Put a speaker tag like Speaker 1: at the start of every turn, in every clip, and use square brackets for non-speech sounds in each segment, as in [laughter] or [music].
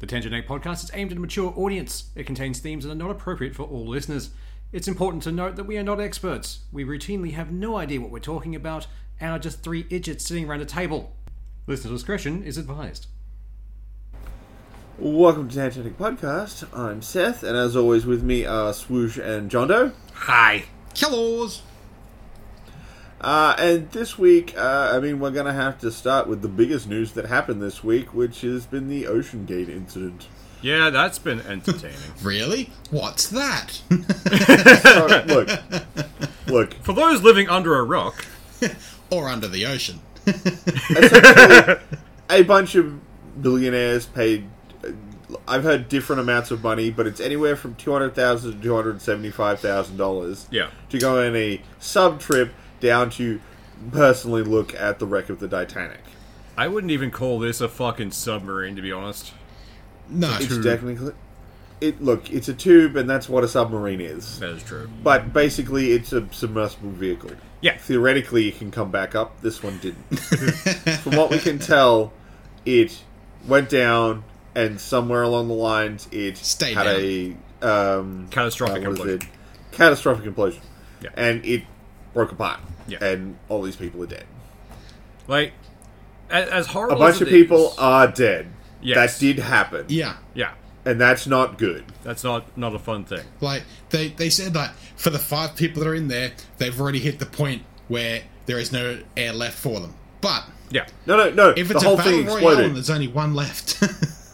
Speaker 1: The Tangent Egg podcast is aimed at a mature audience. It contains themes that are not appropriate for all listeners. It's important to note that we are not experts. We routinely have no idea what we're talking about and are just three idiots sitting around a table. Listener discretion is advised.
Speaker 2: Welcome to Tangentific Podcast. I'm Seth, and as always, with me are Swoosh and John Doe.
Speaker 3: Hi. Hellos.
Speaker 2: Uh, and this week, uh, I mean, we're going to have to start with the biggest news that happened this week, which has been the Ocean Gate incident.
Speaker 3: Yeah, that's been entertaining.
Speaker 4: Really? What's
Speaker 2: [laughs]
Speaker 4: that?
Speaker 2: So, look, look,
Speaker 3: For those living under a rock,
Speaker 4: or under the ocean.
Speaker 2: a bunch of billionaires paid. uh, I've heard different amounts of money, but it's anywhere from two hundred thousand to two hundred seventy-five thousand dollars.
Speaker 3: Yeah.
Speaker 2: to go on a sub trip down to personally look at the wreck of the Titanic.
Speaker 3: I wouldn't even call this a fucking submarine, to be honest.
Speaker 4: No.
Speaker 2: It's technically it look, it's a tube and that's what a submarine is.
Speaker 3: That is true.
Speaker 2: But basically it's a submersible vehicle.
Speaker 3: Yeah.
Speaker 2: Theoretically it can come back up. This one didn't. [laughs] From what we can tell, it went down and somewhere along the lines it
Speaker 4: Stayed
Speaker 2: had a um
Speaker 3: Catastrophic
Speaker 2: uh, what is
Speaker 3: implosion.
Speaker 2: it? Catastrophic implosion.
Speaker 3: Yeah.
Speaker 2: And it broke apart.
Speaker 3: Yeah.
Speaker 2: And all these people are dead.
Speaker 3: Like, as, as horrible
Speaker 2: a bunch
Speaker 3: as
Speaker 2: of
Speaker 3: it is-
Speaker 2: people are dead.
Speaker 3: Yes.
Speaker 2: That did happen.
Speaker 4: yeah.
Speaker 3: yeah,
Speaker 2: And that's not good.
Speaker 3: that's not not a fun thing.
Speaker 4: Like they, they said that for the five people that are in there, they've already hit the point where there is no air left for them. But
Speaker 3: Yeah.
Speaker 2: No, no, no.
Speaker 4: if
Speaker 2: the
Speaker 4: it's
Speaker 2: whole
Speaker 4: a battle
Speaker 2: thing
Speaker 4: royale and
Speaker 2: exploded.
Speaker 4: there's only one left, [laughs]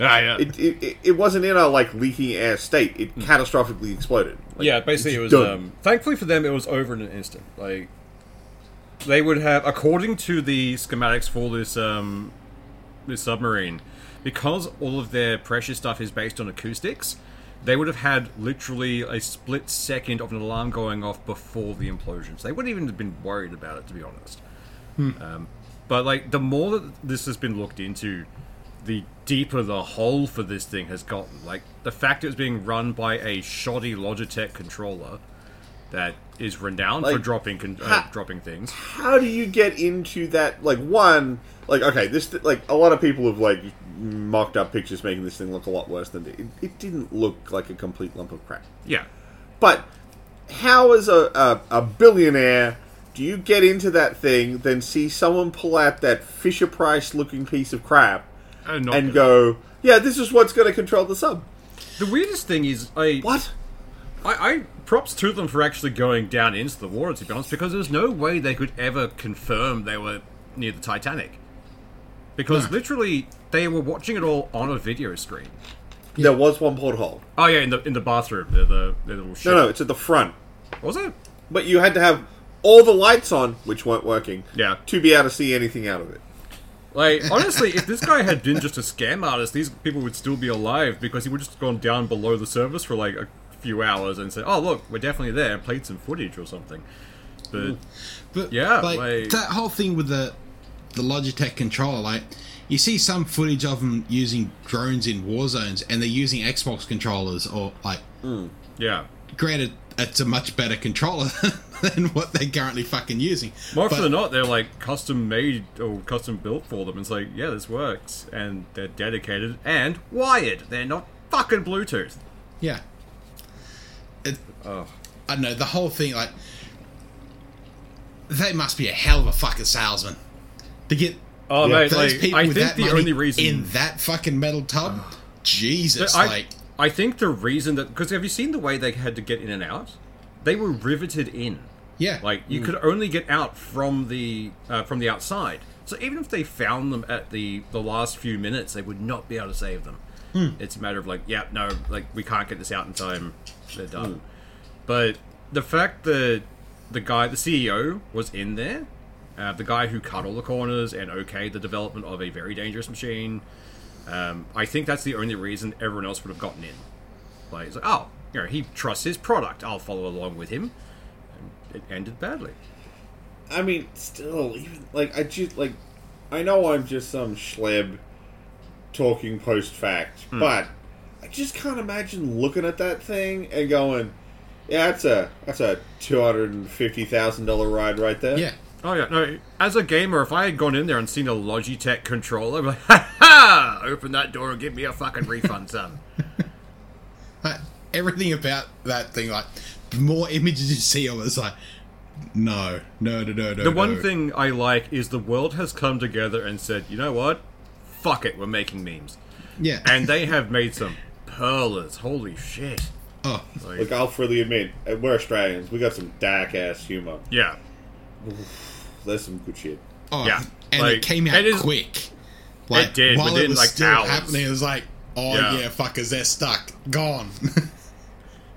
Speaker 3: Ah, yeah.
Speaker 2: It, it, it- it wasn't in a like leaking air state. It catastrophically exploded. Like,
Speaker 3: yeah, basically it was.
Speaker 2: done.
Speaker 3: Um, thankfully for them, it was over in an instant. Like, they would have, according to the schematics for this um, this submarine, because all of their pressure stuff is based on acoustics. They would have had literally a split second of an alarm going off before the implosion. So they wouldn't even have been worried about it, to be honest. Um, but like, the more that this has been looked into, the deeper the hole for this thing has gotten. Like the fact it was being run by a shoddy Logitech controller that is renowned for
Speaker 2: Like,
Speaker 3: dropping con- uh,
Speaker 2: ha-
Speaker 3: dropping things.
Speaker 2: how do you get into that? Like one, like okay, this th- like a lot of people have like mocked up pictures making this thing look a lot worse than it. It, it didn't look like a complete lump of crap.
Speaker 3: Yeah,
Speaker 2: But how, as a, a, a billionaire, do you get into that thing, then see someone pull out that Fisher Price looking piece of crap
Speaker 3: and,
Speaker 2: and go, yeah, this is what's going to control the sub?
Speaker 3: The weirdest thing is, I,
Speaker 2: What?
Speaker 3: I I props to them for actually going down into the water to be honest, because there's no way they could ever confirm they were near the Titanic, because literally they were watching it all on a video screen.
Speaker 2: There was one porthole.
Speaker 3: Oh yeah, in the in the bathroom, the the, the little shit.
Speaker 2: No, no, it's at the front.
Speaker 3: was it?
Speaker 2: But you had to have all the lights on, which weren't working,
Speaker 3: Yeah.
Speaker 2: to be able to see anything out of it.
Speaker 3: Like honestly, if this guy had been just a scam artist, these people would still be alive because he would just gone down below the surface for like a few hours and said, "Oh look, we're definitely there," and played some footage or something. But
Speaker 4: but
Speaker 3: Yeah,
Speaker 4: like,
Speaker 3: like-
Speaker 4: that whole thing with the the Logitech controller, like you see some footage of them using drones in war zones, and they're using Xbox controllers, or like
Speaker 3: yeah,
Speaker 4: granted, it's a much better controller [laughs] than what they're currently fucking using.
Speaker 3: More
Speaker 4: But-
Speaker 3: often than not, they're like custom made or custom built for them. It's like, yeah, this works, and they're dedicated and wired. They're not fucking Bluetooth.
Speaker 4: Yeah. It,
Speaker 3: Oh.
Speaker 4: I don't know, the whole thing, like, they must be a hell of a fucking salesman to get
Speaker 3: Oh mate,
Speaker 4: those
Speaker 3: like,
Speaker 4: people
Speaker 3: I
Speaker 4: with
Speaker 3: think
Speaker 4: that
Speaker 3: the
Speaker 4: money
Speaker 3: only reason
Speaker 4: in that fucking metal tub. Jesus,
Speaker 3: I,
Speaker 4: like,
Speaker 3: I think the reason that because have you seen the way they had to get in and out? They were riveted in.
Speaker 4: yeah. Mm.
Speaker 3: Like you could only get out from the uh, from the outside. So even if they found them at the the last few minutes, they would not be able to save them.
Speaker 4: Hmm.
Speaker 3: It's a matter of like, yeah, no, like we can't get this out in time. They're
Speaker 4: Hmm.
Speaker 3: done. But the fact that the guy, the CEO, was in there, uh, the guy who cut all the corners and okayed the development of a very dangerous machine, um, I think that's the only reason everyone else would have gotten in. Like, it's like, oh, you know, he trusts his product. I'll follow along with him it ended badly.
Speaker 2: I mean, still, even like I just like I know I'm just some schleb talking post fact, but I just can't imagine looking at that thing and going, "Yeah, that's a that's a two hundred and fifty thousand dollar ride right there."
Speaker 4: yeah.
Speaker 3: Oh yeah, no. As a gamer, if I had gone in there and seen a Logitech controller, I'd be like, [laughs] ha ha, open that door and give me a fucking refund, [laughs] son.
Speaker 4: Like, everything about that thing, like the more [laughs] images you see of it, it's like no, no, no, no, no.
Speaker 3: The one
Speaker 4: no.
Speaker 3: thing I like is the world has come together and said, you know what? Fuck it, we're making memes.
Speaker 4: yeah,
Speaker 3: And they have made some perlers. Holy shit.
Speaker 4: oh,
Speaker 2: Like I'll freely admit, uh, we're Australians. We got some dark ass humor.
Speaker 3: Yeah.
Speaker 2: That's some good shit.
Speaker 4: oh,
Speaker 3: Yeah,
Speaker 4: and
Speaker 3: like,
Speaker 4: it came out
Speaker 3: it is-
Speaker 4: quick. Like
Speaker 3: did,
Speaker 4: while
Speaker 3: within,
Speaker 4: it was
Speaker 3: like,
Speaker 4: still
Speaker 3: hours.
Speaker 4: happening, it was like, oh
Speaker 3: Yeah.
Speaker 4: yeah, fuckers, they're stuck,
Speaker 3: [laughs]
Speaker 4: gone.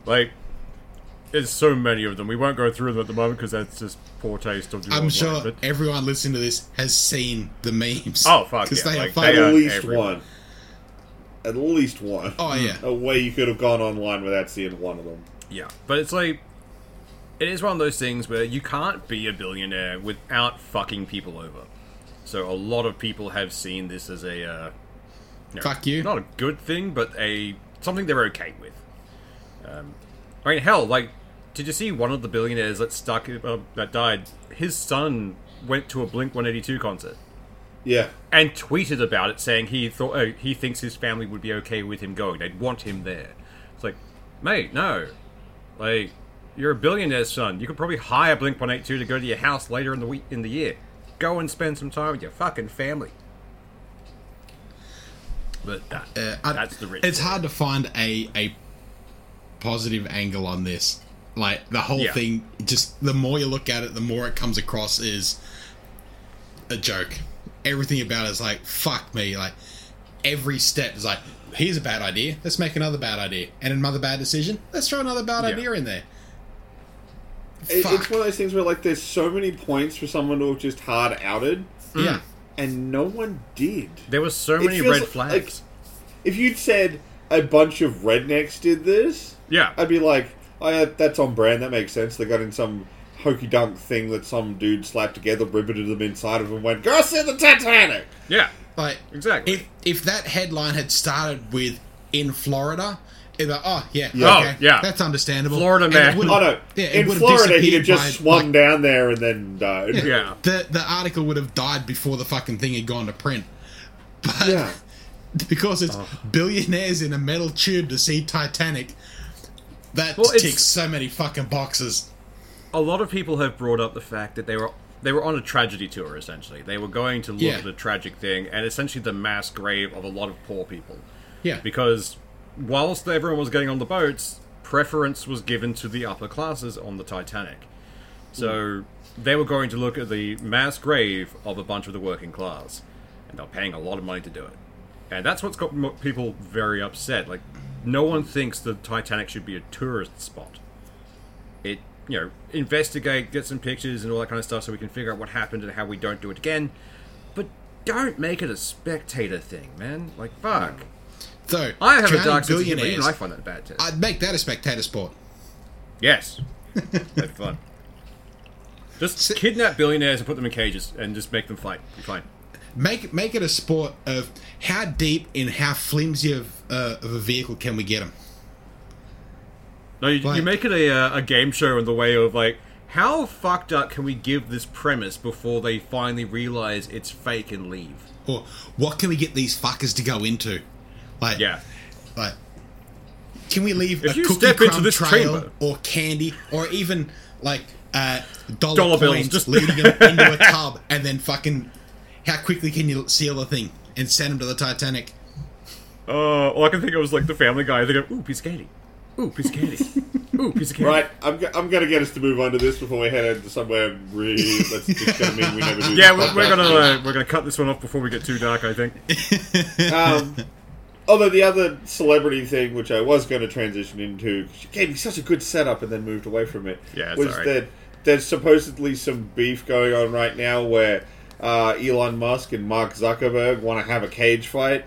Speaker 3: Like, there's so many of them. We won't go through them at the moment because that's just poor taste. Of
Speaker 4: I'm sure
Speaker 3: But
Speaker 4: everyone listening to this has seen the memes.
Speaker 3: Oh, fuck,
Speaker 4: because
Speaker 3: yeah,
Speaker 4: they
Speaker 3: like,
Speaker 4: are
Speaker 2: At
Speaker 3: they
Speaker 4: fucking.
Speaker 3: are-
Speaker 2: least
Speaker 3: everywhere.
Speaker 2: one. At least one.
Speaker 4: Oh yeah,
Speaker 2: [laughs] A way you could have gone online without seeing one of them.
Speaker 3: yeah, but it's like it is one of those things where you can't be a billionaire without fucking people over. So a lot of people have seen this as a uh, you know,
Speaker 4: Fuck you.
Speaker 3: Not a good thing, but a something they're okay with. Um, I mean, hell, like, did you see one of the billionaires that stuck uh, that died? His son went to a Blink One Eighty Two concert.
Speaker 2: Yeah.
Speaker 3: and tweeted about it, saying he thought uh, he thinks his family would be okay with him going. They'd want him there. It's like, mate, no, like you're a billionaire's son. You could probably hire Blink One Eight Two to go to your house later in the week in the year. Go and spend some time with your fucking family. But that,
Speaker 4: Uh, I-
Speaker 3: that's the rich.
Speaker 4: It's hard to find a a positive angle on this. Like the whole
Speaker 3: Yeah.
Speaker 4: thing, just the more you look at it, the more it comes across is a joke. Everything about it is like fuck me. Like every step is like here's a bad idea. Let's make another bad idea and another bad decision. Let's throw another bad
Speaker 3: Yeah.
Speaker 4: idea in there.
Speaker 2: It,
Speaker 4: Fuck.
Speaker 2: it's one of those things where like there's so many points for someone to have just hard outed,
Speaker 3: Mm.
Speaker 4: Yeah.
Speaker 2: and no one did.
Speaker 3: There were so
Speaker 2: It
Speaker 3: many
Speaker 2: feels
Speaker 3: red
Speaker 2: like-
Speaker 3: flags.
Speaker 2: If you'd said a bunch of rednecks did this,
Speaker 3: Yeah.
Speaker 2: I'd be like, "Oh, yeah, that's on brand. That makes sense." They got in some hokey dunk thing that some dude slapped together, riveted them inside of, and went, "Go see the Titanic."
Speaker 3: yeah,
Speaker 4: Like
Speaker 3: exactly.
Speaker 4: if if that headline had started with in Florida, it'd be like, oh yeah,
Speaker 3: Yeah.
Speaker 4: okay,
Speaker 3: Oh, yeah.
Speaker 4: that's understandable.
Speaker 3: Florida
Speaker 4: And it
Speaker 3: man.
Speaker 4: would've-
Speaker 2: Oh no!
Speaker 4: yeah, it
Speaker 2: in
Speaker 4: would've
Speaker 2: Florida, he
Speaker 4: disappeared
Speaker 2: had just
Speaker 4: by-
Speaker 2: swung
Speaker 4: like-
Speaker 2: down there and then died.
Speaker 3: Yeah.
Speaker 4: The the article would have died before the fucking thing had gone to print. [laughs] But
Speaker 2: Yeah.
Speaker 4: because it's
Speaker 3: Oh.
Speaker 4: billionaires in a metal tube to see Titanic, that
Speaker 3: Well, it's-
Speaker 4: ticks so many fucking boxes.
Speaker 3: a lot of people have brought up the fact that they were they were on a tragedy tour essentially. They were going to look
Speaker 4: Yeah.
Speaker 3: at a tragic thing and essentially the mass grave of a lot of poor people.
Speaker 4: Yeah.
Speaker 3: Because whilst everyone was getting on the boats, preference was given to the upper classes on the Titanic. So they were going to look at the mass grave of a bunch of the working class, and they're paying a lot of money to do it. And that's what's got mo- people very upset. Like, no one thinks the Titanic should be a tourist spot it you know investigate get some pictures and all that kind of stuff so we can figure out what happened and how we don't do it again but don't make it a spectator thing man like fuck
Speaker 4: Though
Speaker 3: i have a
Speaker 4: drowning
Speaker 3: dark sense of humor even
Speaker 4: billionaires,
Speaker 3: i find that a bad test
Speaker 4: I'd make that a spectator sport.
Speaker 3: [laughs] yes that'd be fun just kidnap billionaires and put them in cages and just make them fight be fine
Speaker 4: Make make it a sport of how deep and how flimsy of, uh, of a vehicle can we get them.
Speaker 3: no you, you
Speaker 4: Like-
Speaker 3: make it a, uh, a game show in the way of like how fucked up can we give this premise before they finally realize it's fake and leave
Speaker 4: Or what can we get these fuckers to go into? Like
Speaker 3: yeah
Speaker 4: Like, can we leave
Speaker 3: If
Speaker 4: a
Speaker 3: you
Speaker 4: cookie
Speaker 3: step
Speaker 4: crumb
Speaker 3: into this
Speaker 4: trail
Speaker 3: chamber-
Speaker 4: or candy or even like uh, dollar,
Speaker 3: Dollar bills,
Speaker 4: coins
Speaker 3: just-
Speaker 4: leading
Speaker 3: [laughs]
Speaker 4: them into a tub and then fucking how quickly can you seal the thing and send them to the Titanic?
Speaker 3: [laughs] Uh, all I can think of was like the Family Guy. They go, "Ooh, piece of candy. Ooh, piece of [laughs] candy. Ooh, piece of candy."
Speaker 2: Right, I'm, go- I'm gonna get us to move on to this before we head into somewhere really that's just gonna mean we never do.
Speaker 3: Yeah,
Speaker 2: this
Speaker 3: we're, we're
Speaker 2: podcast
Speaker 3: gonna
Speaker 2: again.
Speaker 3: [laughs] uh, we're gonna cut this one off before we get too dark. I think. [laughs]
Speaker 2: Um, although the other celebrity thing, which I was going to transition into, 'cause you gave me such a good setup and then moved away from it,
Speaker 3: Yeah, it's
Speaker 2: was
Speaker 3: alright.
Speaker 2: that there's supposedly some beef going on right now where uh, Elon Musk and Mark Zuckerberg want to have a cage fight.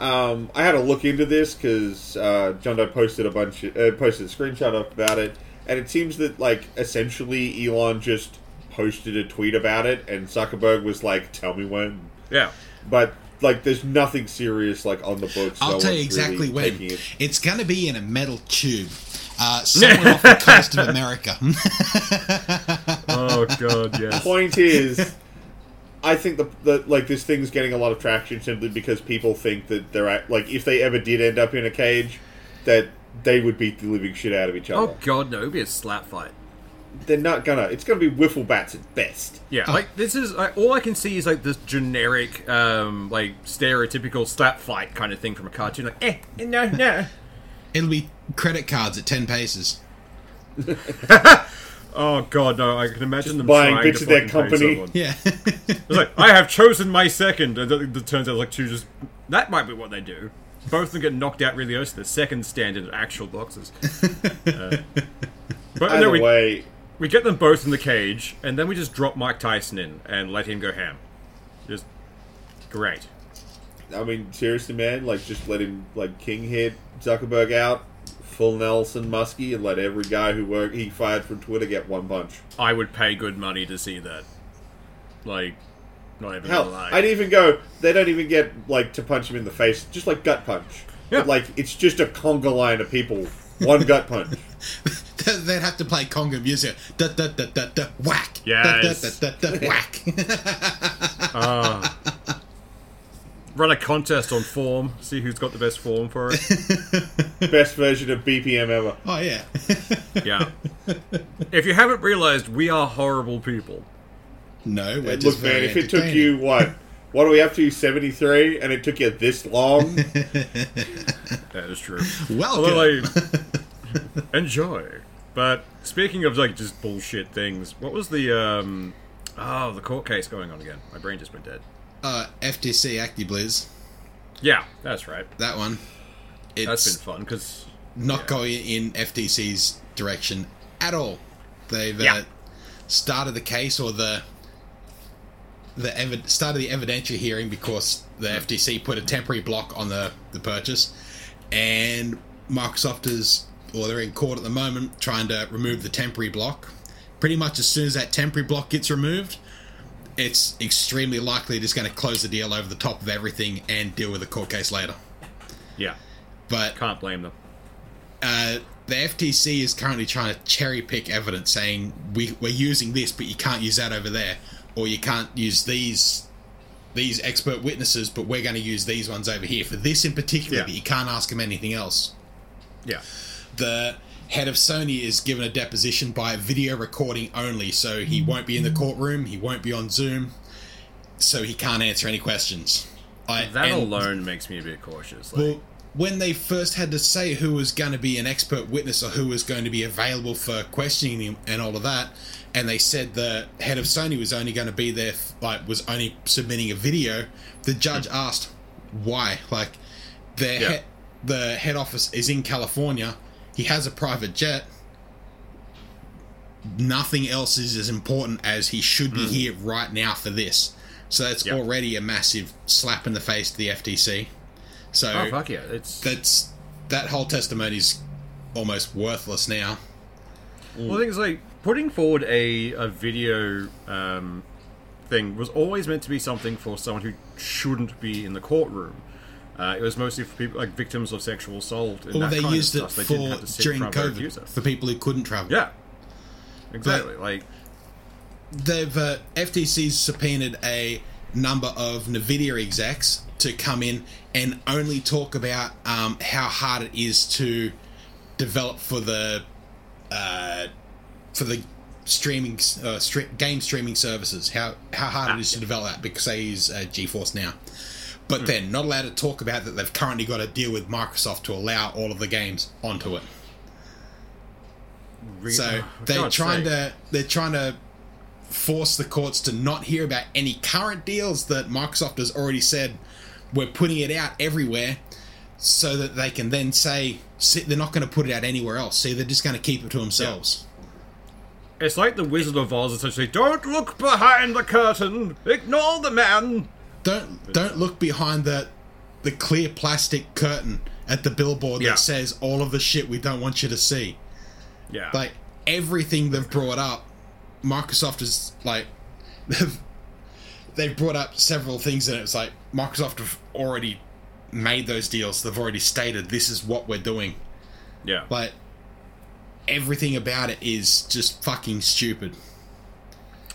Speaker 2: Um, I had a look into this because uh, John Doe posted a bunch, of, uh, posted a screenshot up about it, and it seems that like essentially Elon just posted a tweet about it, and Zuckerberg was like, "Tell me when."
Speaker 3: [laughs] Yeah.
Speaker 2: but like there's nothing serious like on the books.
Speaker 4: I'll
Speaker 2: No
Speaker 4: tell you
Speaker 2: one's
Speaker 4: exactly
Speaker 2: really
Speaker 4: when.
Speaker 2: taking it.
Speaker 4: It's going to be in a metal tube uh, somewhere off the coast
Speaker 3: [laughs]
Speaker 4: of America.
Speaker 3: Oh God,
Speaker 4: [laughs]
Speaker 3: yes.
Speaker 2: Point is, I think the, the like this thing's getting a lot of traction simply because people think that they're at, like if they ever did end up in a cage, that they would beat the living shit out of each other.
Speaker 3: Oh god, no! It'd be a slap fight.
Speaker 2: They're not gonna. It's gonna be wiffle bats at best.
Speaker 3: Yeah, like this is like, all I can see is like this generic, um, like stereotypical slap fight kind of thing from a cartoon. Like, eh, no, no.
Speaker 4: It'll be credit cards at ten paces.
Speaker 3: [laughs] oh god, no! I can imagine them
Speaker 2: buying
Speaker 3: trying
Speaker 2: bits
Speaker 3: to
Speaker 2: of their
Speaker 3: fucking pay
Speaker 2: company.
Speaker 3: someone.
Speaker 4: [laughs] Yeah.
Speaker 3: It's like I have chosen my second. And it it turns out like two just that might be what they do. Both of them get knocked out really early. so The second stand in actual
Speaker 2: [laughs]
Speaker 3: boxes. Uh, but
Speaker 2: Either
Speaker 3: no, we,
Speaker 2: way,
Speaker 3: we get them both in the cage, and then we just drop Mike Tyson in and let him go ham. Just great.
Speaker 2: I mean, seriously, man, like just let him like King hit Zuckerberg out, full Nelson Muskie, and let every guy who work he fired from Twitter get one punch.
Speaker 3: I would pay good money to see that. Like, not even gonna
Speaker 2: Hell,
Speaker 3: lie.
Speaker 2: I'd even go. They don't even get like to punch him in the face, just like gut punch.
Speaker 3: Yeah.
Speaker 2: But, Like it's just a conga line of people, one gut
Speaker 3: [laughs]
Speaker 2: punch.
Speaker 4: They'd have to play conga music. Da, da, da, da, da, whack.
Speaker 3: Yes.
Speaker 4: Da, da, da, da, da, whack. [laughs]
Speaker 3: Run a contest on form, see who's got the best form for
Speaker 4: [laughs]
Speaker 3: it.
Speaker 2: Best version of BPM ever.
Speaker 4: oh yeah. [laughs]
Speaker 3: Yeah. if you haven't realized, we are horrible people.
Speaker 4: no, we're just
Speaker 2: Look, man,
Speaker 4: very
Speaker 2: if it took
Speaker 4: entertaining.
Speaker 2: you what? What are we up to? Seventy three, and it took you this
Speaker 4: [laughs]
Speaker 2: long.
Speaker 3: That is true.
Speaker 4: Welcome.
Speaker 3: Although,
Speaker 4: [laughs]
Speaker 3: like, enjoy. But speaking of like just bullshit things, what was the um oh the court case going on again? My brain just went dead.
Speaker 4: uh, FTC ActiBliz,
Speaker 3: Yeah, that's right.
Speaker 4: that one. It's
Speaker 3: That's been fun because
Speaker 4: not
Speaker 3: yeah.
Speaker 4: going in FTC's direction at all. They've
Speaker 3: Yeah.
Speaker 4: uh, started the case or the the evid- started the evidentiary hearing because the
Speaker 3: Hmm.
Speaker 4: FTC put a temporary block on the the purchase, and Microsoft is or they're in court at the moment trying to remove the temporary block. Pretty much as soon as that temporary block gets removed, it's extremely likely just going to close the deal over the top of everything and deal with the court case later.
Speaker 3: yeah,
Speaker 4: But
Speaker 3: can't blame them.
Speaker 4: uh, the FTC is currently trying to cherry pick evidence, saying we, we're using this, but you can't use that over there, or you can't use these these expert witnesses, but we're going to use these ones over here for this in particular.
Speaker 3: Yeah.
Speaker 4: But you can't ask them anything else.
Speaker 3: Yeah.
Speaker 4: The head of Sony is given a deposition by video recording only, so he won't be in the courtroom, he won't be on Zoom, so he can't answer any questions. I,
Speaker 3: That
Speaker 4: and-
Speaker 3: alone makes me a bit cautious. Like,
Speaker 4: well, when they first had to say who was going to be an expert witness or who was going to be available for questioning him and all of that, and they said the head of Sony was only going to be there, f- like was only submitting a video, the judge asked why. Like, their
Speaker 3: Hmm. Yeah.
Speaker 4: he- the head office is in California. He has a private jet. Nothing else is as important as he should be here right now for this. So that's
Speaker 3: Hmm. Yeah.
Speaker 4: already a massive slap in the face to the FTC. So
Speaker 3: oh fuck yeah, it's
Speaker 4: that's that whole testimony's almost worthless now.
Speaker 3: Well, the thing is, like, putting forward a, a video um, thing was always meant to be something for someone who shouldn't be in the courtroom. Uh, it was mostly for people, like, victims of sexual assault. And
Speaker 4: Or
Speaker 3: that
Speaker 4: they
Speaker 3: kind
Speaker 4: used
Speaker 3: of
Speaker 4: it
Speaker 3: stuff.
Speaker 4: for
Speaker 3: they didn't have to sit
Speaker 4: during
Speaker 3: in front of their
Speaker 4: COVID
Speaker 3: accuser.
Speaker 4: for people who couldn't travel.
Speaker 3: Yeah. Exactly. like,
Speaker 4: they've uh, FTC's subpoenaed a number of Nvidia execs to come in and only talk about um, how hard it is to develop for the uh, for the streaming uh, stre- game streaming services. How how hard it is to develop that because they use uh, GeForce now. But then not allowed to talk about that they've currently got a deal with Microsoft to allow all of the games onto it.
Speaker 3: re-
Speaker 4: So
Speaker 3: oh, for
Speaker 4: they're
Speaker 3: God's
Speaker 4: trying
Speaker 3: sake.
Speaker 4: to they're trying to force the courts to not hear about any current deals that Microsoft has already said we're putting it out everywhere, so that they can then say see, they're not going to put it out anywhere else. See, they're just going to keep it to themselves.
Speaker 3: It's like the Wizard of Oz essentially don't look behind the curtain, ignore the man.
Speaker 4: Don't don't look behind the the clear plastic curtain at the billboard
Speaker 3: Yeah.
Speaker 4: that says all of the shit we don't want you to see.
Speaker 3: Yeah.
Speaker 4: like everything they've brought up microsoft is like [laughs] they've, they've brought up several things and it's like microsoft have already made those deals they've already stated this is what we're doing
Speaker 3: yeah.
Speaker 4: like everything about it is just fucking stupid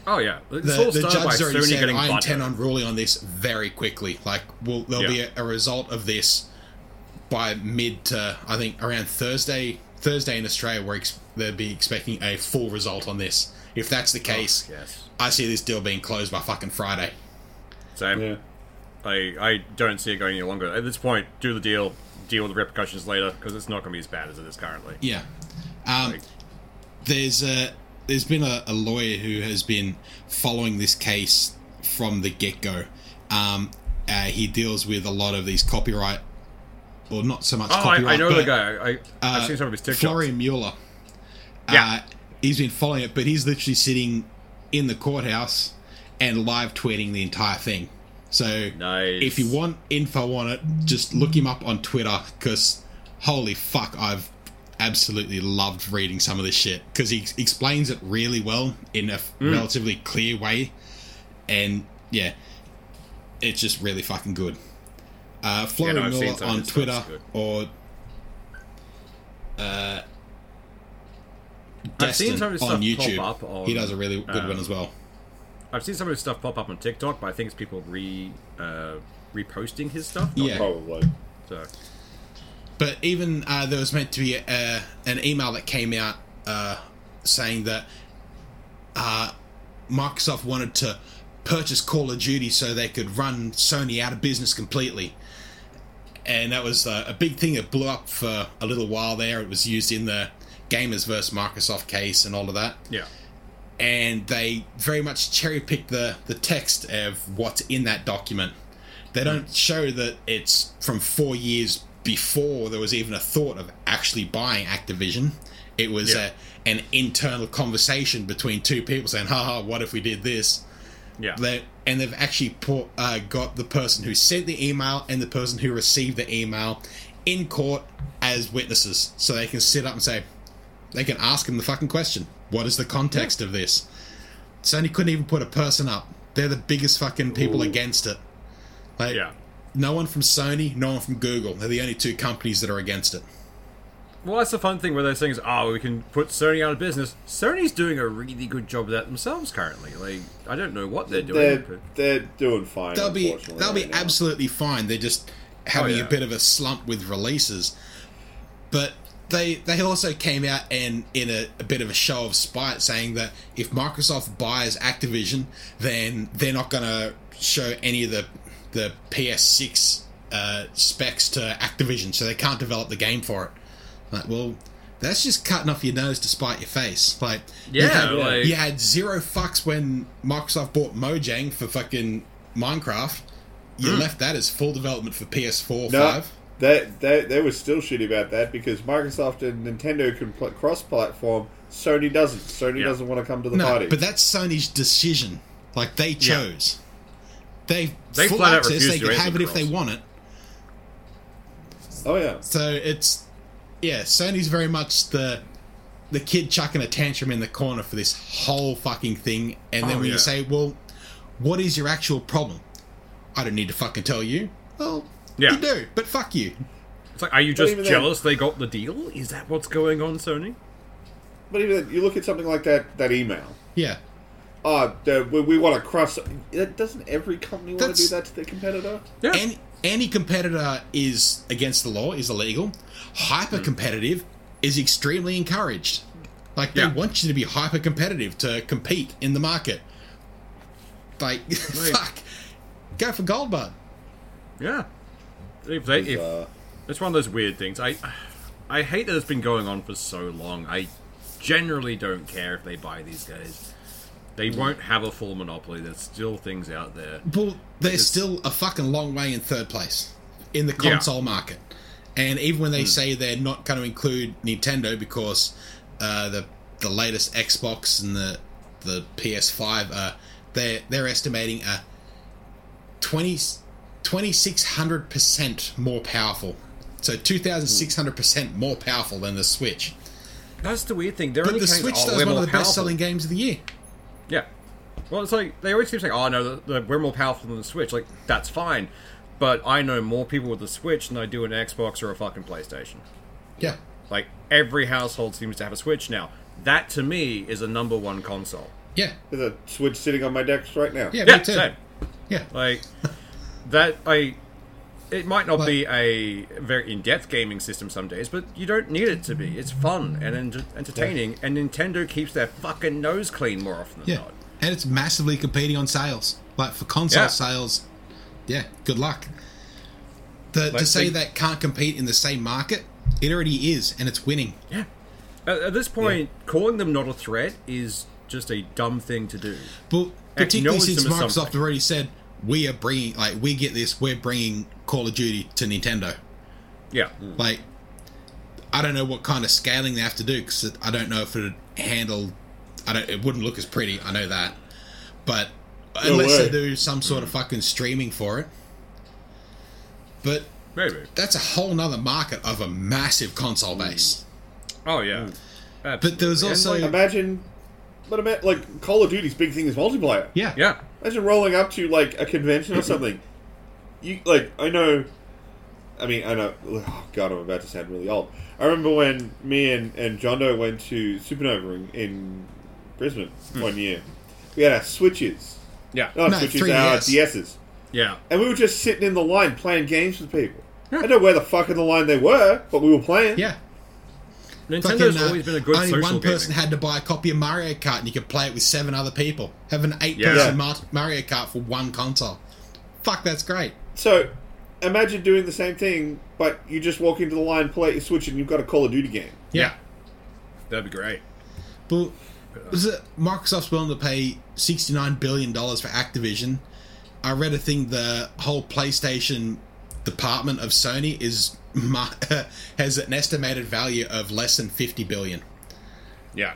Speaker 3: Oh yeah,
Speaker 4: The,
Speaker 3: it's all
Speaker 4: the
Speaker 3: started by
Speaker 4: judge's already
Speaker 3: Sony
Speaker 4: said,
Speaker 3: getting
Speaker 4: I
Speaker 3: butthurt.
Speaker 4: intend on ruling on this very quickly. Like, will there'll be
Speaker 3: Yeah.
Speaker 4: a, a result of this by mid to, I think, around Thursday. Thursday in Australia, we're ex- they'll be expecting a full result on this. If that's the case,
Speaker 3: Yes,
Speaker 4: I see this deal being closed by fucking Friday.
Speaker 3: same.
Speaker 2: Yeah.
Speaker 3: I I don't see it going any longer at this point. Do the deal, deal with the repercussions later because it's not going to be as bad as it is currently.
Speaker 4: Yeah. Um,
Speaker 3: Like-
Speaker 4: there's a there's been a, a lawyer who has been following this case from the get go. Um, uh, he deals with a lot of these copyright, well, not so much.
Speaker 3: Oh,
Speaker 4: copyright,
Speaker 3: I, I know
Speaker 4: but,
Speaker 3: the guy. I, I've
Speaker 4: uh,
Speaker 3: seen some of his TikToks.
Speaker 4: Florian Mueller.
Speaker 3: Yeah.
Speaker 4: Uh, he's been following it, but he's literally sitting in the courthouse and live tweeting the entire thing. So
Speaker 3: Nice.
Speaker 4: if you want info on it, just look him up on Twitter because holy fuck, I've absolutely loved reading some of this shit because he explains it really well in a f-
Speaker 3: Mm.
Speaker 4: relatively clear way. And yeah, it's just really fucking good. Uh, Florida
Speaker 3: no, I've seen
Speaker 4: Miller
Speaker 3: some of
Speaker 4: on
Speaker 3: his stuff, it's
Speaker 4: Twitter
Speaker 3: good.
Speaker 4: or. Uh,
Speaker 3: I've seen
Speaker 4: uh, Destin
Speaker 3: some of his
Speaker 4: on
Speaker 3: stuff pop
Speaker 4: YouTube.
Speaker 3: up on,
Speaker 4: he does a really good
Speaker 3: um,
Speaker 4: one as well.
Speaker 3: I've seen some of his stuff pop up on TikTok, but I think it's people re uh, reposting his stuff. not-
Speaker 4: Yeah.
Speaker 2: Probably.
Speaker 3: So,
Speaker 4: But even uh, there was meant to be uh an email that came out uh, saying that uh, Microsoft wanted to purchase Call of Duty so they could run Sony out of business completely. And that was uh, a big thing that blew up for a little while there. It was used in the Gamers versus Microsoft case and all of that
Speaker 3: yeah.
Speaker 4: and they very much cherry pick the, the text of what's in that document. They don't show that it's from four years before there was even a thought of actually buying Activision. It was
Speaker 3: Yeah.
Speaker 4: a, an internal conversation between two people saying, haha, what if we did this?
Speaker 3: Yeah.
Speaker 4: They, and they've actually put, uh, got the person who sent the email and the person who received the email in court as witnesses. So they can sit up and say, they can ask them the fucking question What is the context of this? Sony couldn't even put a person up. They're the biggest fucking people against it. Like,
Speaker 3: yeah.
Speaker 4: no one from Sony, no one from Google. They're the only two companies that are against it.
Speaker 3: Well, that's the fun thing where those things, oh, we can put Sony out of business. Sony's doing a really good job of that themselves currently. Like, I don't know what they're doing.
Speaker 2: They're
Speaker 3: but-
Speaker 2: they're doing fine.
Speaker 4: They'll be
Speaker 2: unfortunately,
Speaker 4: they'll be
Speaker 2: right now. Oh,
Speaker 4: absolutely fine. They're just having
Speaker 3: yeah.
Speaker 4: a bit of a slump with releases. But they they also came out and in a, a bit of a show of spite saying that if Microsoft buys Activision, then they're not going to show any of the the PS6 uh, specs to Activision, so they can't develop the game for it. Like, well, that's just cutting off your nose to spite your face. Like, you
Speaker 3: Yeah,
Speaker 4: had-
Speaker 3: like-
Speaker 4: you had zero fucks when Microsoft bought Mojang for fucking Minecraft. You
Speaker 3: Hmm.
Speaker 4: left that as full development for PS4,
Speaker 2: No,
Speaker 4: five.
Speaker 2: that that they were still shitty about that because Microsoft and Nintendo can pl- cross-platform. Sony doesn't. Sony
Speaker 3: Yeah.
Speaker 2: doesn't want to come to the
Speaker 4: No,
Speaker 2: party.
Speaker 4: but that's Sony's decision. Like they chose. They
Speaker 3: They
Speaker 4: full
Speaker 3: flat out
Speaker 4: access.
Speaker 3: refused
Speaker 4: They
Speaker 3: to
Speaker 4: can
Speaker 3: raise
Speaker 4: have it
Speaker 3: the
Speaker 4: if they
Speaker 3: cross.
Speaker 4: want it.
Speaker 2: oh yeah,
Speaker 4: So it's yeah, Sony's very much the the kid chucking a tantrum in the corner for this whole fucking thing, and then
Speaker 3: Oh,
Speaker 4: when
Speaker 3: yeah.
Speaker 4: you say, "Well, what is your actual problem?" I don't need to fucking tell you. Well,
Speaker 3: Yeah.
Speaker 4: you do, but fuck you.
Speaker 3: It's like, are you
Speaker 2: even
Speaker 3: just
Speaker 2: then-
Speaker 3: jealous they got the deal? Is that what's going on, Sony?
Speaker 2: but even then, you look at something like that that email.
Speaker 4: Yeah,
Speaker 2: Oh, the, we, we want to cross. That doesn't every company want to do
Speaker 4: That's-
Speaker 2: that to their competitor?
Speaker 3: Yeah.
Speaker 4: any any competitor is against the law, is illegal. Hyper competitive is extremely encouraged. Like they
Speaker 3: Yeah.
Speaker 4: want you to be hyper competitive to compete in the market. Like [laughs] fuck, go for gold bar.
Speaker 3: yeah. If they, if,
Speaker 2: Uh,
Speaker 3: It's one of those weird things. I I hate that it's been going on for so long. I generally don't care if they buy these guys. They
Speaker 4: Hmm.
Speaker 3: won't have a full monopoly. There's still things out there.
Speaker 4: Well, they're still a fucking long way in third place in the console market. And even when they
Speaker 3: Hmm.
Speaker 4: say they're not going to include Nintendo because uh, the the latest Xbox and the the PS5 are they are uh, they're estimating a 20 2600 percent more powerful. So two thousand six hundred percent more powerful than the Switch.
Speaker 3: That's the weird thing. They're
Speaker 4: But
Speaker 3: only
Speaker 4: the
Speaker 3: carrying-
Speaker 4: Switch
Speaker 3: oh,
Speaker 4: though
Speaker 3: we're
Speaker 4: is one
Speaker 3: more
Speaker 4: of the
Speaker 3: powerful.
Speaker 4: best selling games of the year.
Speaker 3: Yeah. Well, it's like they always keep saying, "Oh no, the, the, we're more powerful than the Switch." Like that's fine, but I know more people with the Switch than I do an Xbox or a fucking PlayStation.
Speaker 4: Yeah.
Speaker 3: Like every household seems to have a Switch now. That to me is a number one console.
Speaker 4: Yeah,
Speaker 2: There's a Switch sitting on my decks right now.
Speaker 4: yeah,
Speaker 3: Yeah,
Speaker 4: me too.
Speaker 3: same.
Speaker 4: Yeah,
Speaker 3: Like that, I. It might not be a very in-depth gaming system some days, but you don't need it to be. It's fun and ent- entertaining, and Nintendo keeps their fucking nose clean more often than
Speaker 4: yeah,
Speaker 3: not.
Speaker 4: and it's massively competing on sales. Like for console
Speaker 3: Yeah.
Speaker 4: sales, yeah, good luck. The, to
Speaker 3: Like,
Speaker 4: say
Speaker 3: they-
Speaker 4: that can't compete in the same market, it already is, and it's winning.
Speaker 3: Yeah. At, at this point, calling them not a threat is just a dumb thing to do.
Speaker 4: But particularly
Speaker 3: Acknowledge
Speaker 4: since
Speaker 3: them as
Speaker 4: Microsoft
Speaker 3: something.
Speaker 4: already said we are bringing, like, we get this, we're bringing Call of Duty to Nintendo.
Speaker 3: Yeah.
Speaker 4: Like, I don't know what kind of scaling they have to do because I don't know if it'd handle. I don't. It wouldn't look as pretty. I know that, but unless they
Speaker 2: way.
Speaker 4: do some sort
Speaker 3: Mm.
Speaker 4: of fucking streaming for it, but
Speaker 3: Maybe.
Speaker 4: that's a whole nother market of a massive console base.
Speaker 3: Oh yeah.
Speaker 4: Mm. But there was
Speaker 3: Absolutely.
Speaker 4: also
Speaker 3: Mm. And, like,
Speaker 2: Imagine, but ima- like Call of Duty's big thing is multiplayer.
Speaker 4: Yeah, Mm-hmm.
Speaker 3: yeah.
Speaker 2: Imagine rolling up to like a convention or something. You like I know. I mean I know. Oh God, I'm about to sound really old. I remember when me and and John Doe went to Supernova in, in Brisbane
Speaker 4: Hmm.
Speaker 2: one year. We had our switches.
Speaker 3: Yeah.
Speaker 2: Not
Speaker 4: No,
Speaker 2: switches,
Speaker 4: 3DS.
Speaker 2: our DSs.
Speaker 3: Yeah.
Speaker 2: And we were just sitting in the line playing games with people. I don't know where the fuck in the line they were, but we were playing.
Speaker 4: yeah.
Speaker 3: Nintendo's
Speaker 4: Fucking, uh,
Speaker 3: always been a good
Speaker 4: only
Speaker 3: social
Speaker 4: one person
Speaker 3: gaming.
Speaker 4: had to buy a copy of Mario Kart, and you could play it with seven other people. Have an
Speaker 3: Yeah.
Speaker 4: eight-person Mar- Mario Kart for one console. Fuck, that's great.
Speaker 2: So imagine doing the same thing, but you just walk into the line, pull out your Switch, and you've got a Call of Duty game.
Speaker 3: yeah. That'd be great.
Speaker 4: But was it Microsoft's willing to pay sixty-nine billion dollars for Activision? I read a thing: the whole PlayStation department of Sony is mar- [laughs] has an estimated value of less than fifty billion.
Speaker 3: Yeah.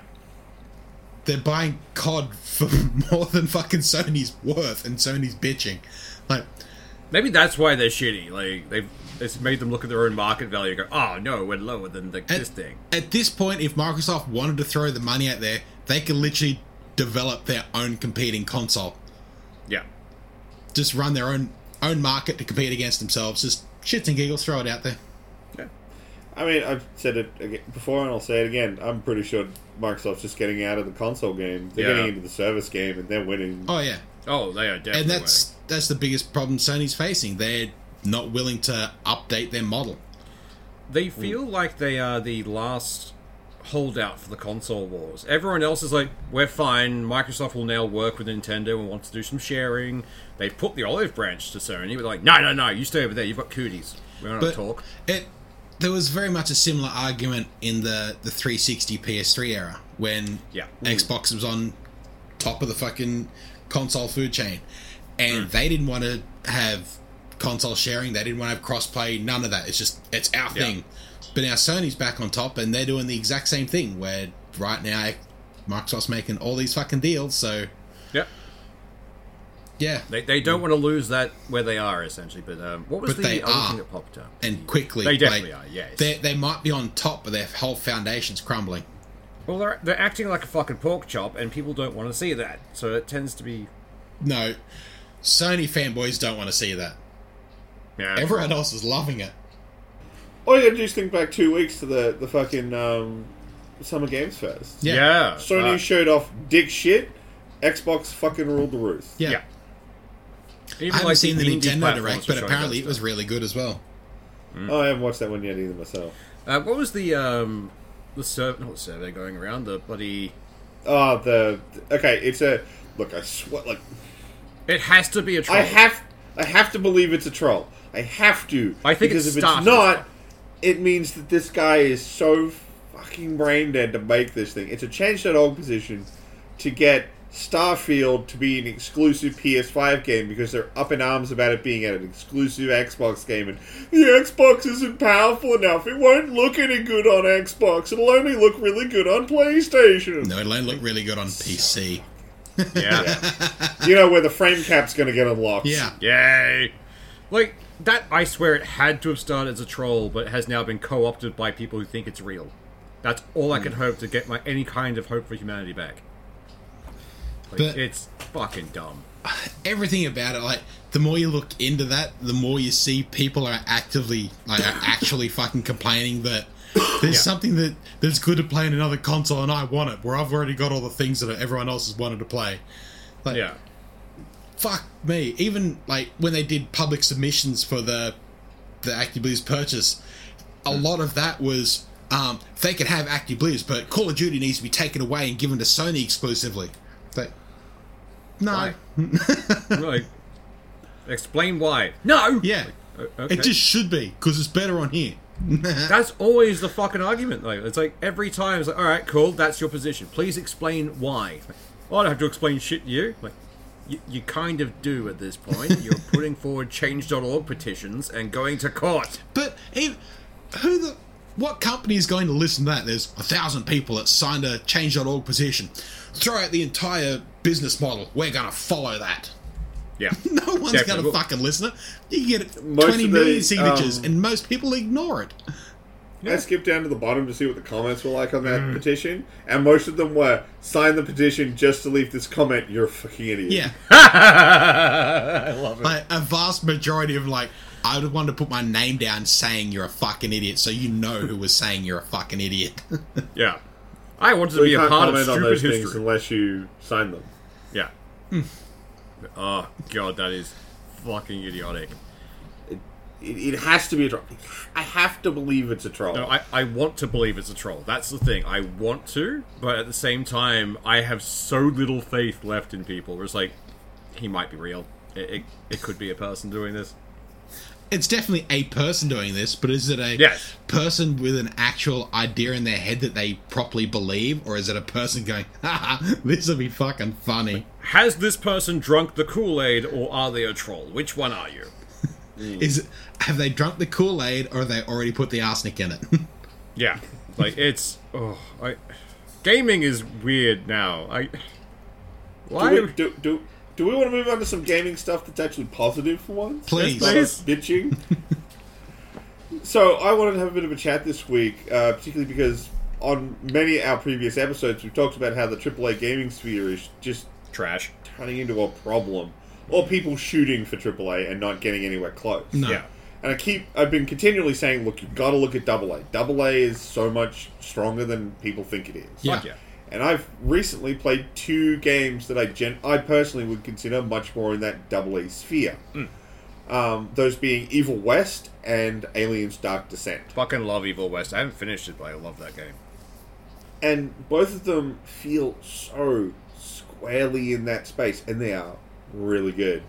Speaker 4: They're buying COD for [laughs] more than fucking Sony's worth, and Sony's bitching. Like,
Speaker 3: Maybe that's why they're shitty. Like they've it's made them look at their own market value and go, oh no, we're lower than the, this thing.
Speaker 4: At this point, if Microsoft wanted to throw the money out there, they could literally develop their own competing console.
Speaker 3: Yeah.
Speaker 4: Just run their own own market to compete against themselves. Just shits and giggles, throw it out there.
Speaker 3: Yeah.
Speaker 2: I mean, I've said it aga- before, and I'll say it again. I'm pretty sure Microsoft's just getting out of the console game. They're
Speaker 3: Yeah.
Speaker 2: getting into the service game, and they're winning.
Speaker 4: Oh yeah,
Speaker 3: Oh, they are definitely.
Speaker 4: and that's that's the biggest problem Sony's facing. They're not willing to update their model.
Speaker 3: winning. they feel like they are the last holdout for the console wars. Everyone else is like, we're fine. Microsoft will now work with Nintendo and wants to do some sharing. They put the olive branch to Sony, but like, no, no, no, you stay over there. You've got cooties. We want to
Speaker 4: But
Speaker 3: talk.
Speaker 4: it there was very much a similar argument in the the 360 PS3 era when
Speaker 3: Yeah. Mm.
Speaker 4: Xbox was on top of the fucking console food chain, and
Speaker 3: Mm.
Speaker 4: they didn't want to have console sharing. They didn't want to have crossplay. None of that. It's just it's our
Speaker 3: Yeah.
Speaker 4: thing. But now Sony's back on top, and they're doing the exact same thing. Where right now Microsoft's making all these fucking deals. So
Speaker 3: Yeah.
Speaker 4: yeah,
Speaker 3: They, they don't want to lose that where they are essentially. But um, what was
Speaker 4: Mm. But
Speaker 3: the
Speaker 4: they
Speaker 3: other
Speaker 4: are.
Speaker 3: thing that popped up?
Speaker 4: and quickly
Speaker 3: They definitely
Speaker 4: like,
Speaker 3: are, yes.
Speaker 4: they they might be on top, but their whole foundation's crumbling.
Speaker 3: Well, they're, they're acting like a fucking pork chop, and people don't want to see that. So it tends to be
Speaker 4: No, Sony fanboys don't want to see that.
Speaker 3: yeah.
Speaker 4: Everyone else is loving it.
Speaker 2: All you gotta do is think back two weeks to the the fucking um, Summer Games Fest.
Speaker 3: yeah.
Speaker 4: Yeah.
Speaker 2: Sony
Speaker 3: uh,
Speaker 2: showed off dick shit. Xbox fucking ruled the roost.
Speaker 4: Yeah.
Speaker 3: yeah. Even
Speaker 4: I haven't
Speaker 3: like
Speaker 4: seen the
Speaker 3: indie
Speaker 4: Nintendo
Speaker 3: platforms
Speaker 4: Direct,
Speaker 3: were
Speaker 4: but
Speaker 3: showing
Speaker 4: apparently
Speaker 3: that
Speaker 4: it was really good as well.
Speaker 2: Oh, I haven't watched that one yet either myself.
Speaker 3: stuff. Uh, what was the um the survey? Not survey going around the bloody.
Speaker 2: Oh, the okay. It's a look. I swear, like
Speaker 3: It has to be a troll.
Speaker 2: I have, I have to believe it's a troll. I have to.
Speaker 3: I think it
Speaker 2: because if
Speaker 3: started
Speaker 2: it's
Speaker 3: as
Speaker 2: not, it means that this guy is so fucking brain dead to make this thing. It's a change.org position to get Starfield to be an exclusive PS5 game because they're up in arms about it being an exclusive Xbox game and the Xbox isn't powerful enough. It won't look any good on Xbox. It'll only look really good on PlayStation.
Speaker 4: No, it only looked really good on PC.
Speaker 3: Yeah.
Speaker 2: You know where the frame cap's going to get unlocked.
Speaker 4: Yeah.
Speaker 3: Yay. Like that, I swear it had to have started as a troll, but has now been co-opted by people who think it's real. That's all I
Speaker 4: Hmm.
Speaker 3: can hope to get my any kind of hope for humanity back. Like,
Speaker 4: But-
Speaker 3: it's fucking dumb.
Speaker 4: everything about it, like the more you look into that, the more you see people are actively, like, are actually fucking complaining that there's something that that's good to play in another console, and I want it, where I've already got all the things that everyone else has wanted to play. Like,
Speaker 3: Yeah.
Speaker 4: fuck me. Even like when they did public submissions for the the ActiBlizz's purchase, a
Speaker 3: Hmm.
Speaker 4: lot of that was um, they could have ActiBlizz, but Call of Duty needs to be taken away and given to Sony exclusively. But no,
Speaker 3: [laughs] Why? like, explain why. No.
Speaker 4: yeah,
Speaker 3: O- Okay.
Speaker 4: it just should be because it's better on here.
Speaker 3: That's always the fucking argument. Like it's like every time it's like, all right, cool, that's your position. Please explain why. Like, "Oh, I don't have to explain shit to you. Like you, you kind of do at this
Speaker 2: [laughs]
Speaker 3: point. You're putting forward change.org petitions and going to court.
Speaker 4: But even, who the what company is going to listen to that? There's a thousand people that signed a change.org petition. Throw out the entire business model. We're gonna follow that.
Speaker 3: Yeah.
Speaker 4: [laughs] No one's
Speaker 3: Definitely.
Speaker 4: going to fucking listen. You can get
Speaker 2: Most
Speaker 4: twenty
Speaker 2: of
Speaker 4: million
Speaker 2: the,
Speaker 4: signatures,
Speaker 2: um,
Speaker 4: and most people ignore it.
Speaker 2: I skipped down to the bottom to see what the comments were like on that
Speaker 3: Mm.
Speaker 2: petition, and most of them were sign the petition just to leave this comment. You're a fucking idiot. [laughs]
Speaker 4: Yeah,
Speaker 3: I love it.
Speaker 4: like a vast majority of like, I would want to put my name down saying you're a fucking idiot, so you know who was saying you're a fucking idiot.
Speaker 3: [laughs]
Speaker 4: [laughs]
Speaker 3: Yeah. I wanted
Speaker 2: So
Speaker 3: to be
Speaker 2: you can't
Speaker 3: a part of
Speaker 2: comment on
Speaker 3: stupid
Speaker 2: those
Speaker 3: history.
Speaker 2: things Hmm. unless you sign them.
Speaker 3: Yeah. Oh god, that is fucking idiotic.
Speaker 2: It, it has to be a troll. I have to believe it's a troll.
Speaker 3: No, I, I want to believe it's a troll. That's the thing. I want to, but at the same time, I have so little faith left in people. Where it's like, he might be real. It, it, it could be a person doing this.
Speaker 4: it's definitely a person doing this, but is it a
Speaker 3: Yes.
Speaker 4: person with an actual idea in their head that they properly believe, or is it a person going, "Ha this will be fucking funny"?
Speaker 3: Has this person drunk the Kool Aid, or are they a troll? Which one are you?
Speaker 4: Is it, have they drunk the Kool Aid, or have they already put the arsenic in it? [laughs]
Speaker 3: Yeah, like [laughs] it's. Oh, I. Gaming is weird now. I. Why?
Speaker 2: do, we, do, do, do we want to move on to some gaming stuff that's actually positive for once?
Speaker 4: Please.
Speaker 2: That's not
Speaker 3: Yes,
Speaker 2: us bitching. [laughs] so I wanted to have a bit of a chat this week, uh, particularly because on many of our previous episodes we've talked about how the AAA gaming sphere is just
Speaker 3: Trash.
Speaker 2: turning into a problem, or people shooting for AAA and not getting anywhere close.
Speaker 4: No.
Speaker 3: Yeah.
Speaker 2: And I keep, I've been continually saying, look, you've got to look at Double A. Double A is so much stronger than people think it is.
Speaker 3: Fuck yeah.
Speaker 2: And I've recently played two games that I gen- I personally would consider much more in that double E sphere. Um, those being Evil West and Aliens Dark Descent.
Speaker 3: Fucking love Evil West. I haven't finished it, but I love that game.
Speaker 2: And both of them feel so squarely in that space, and they are really good.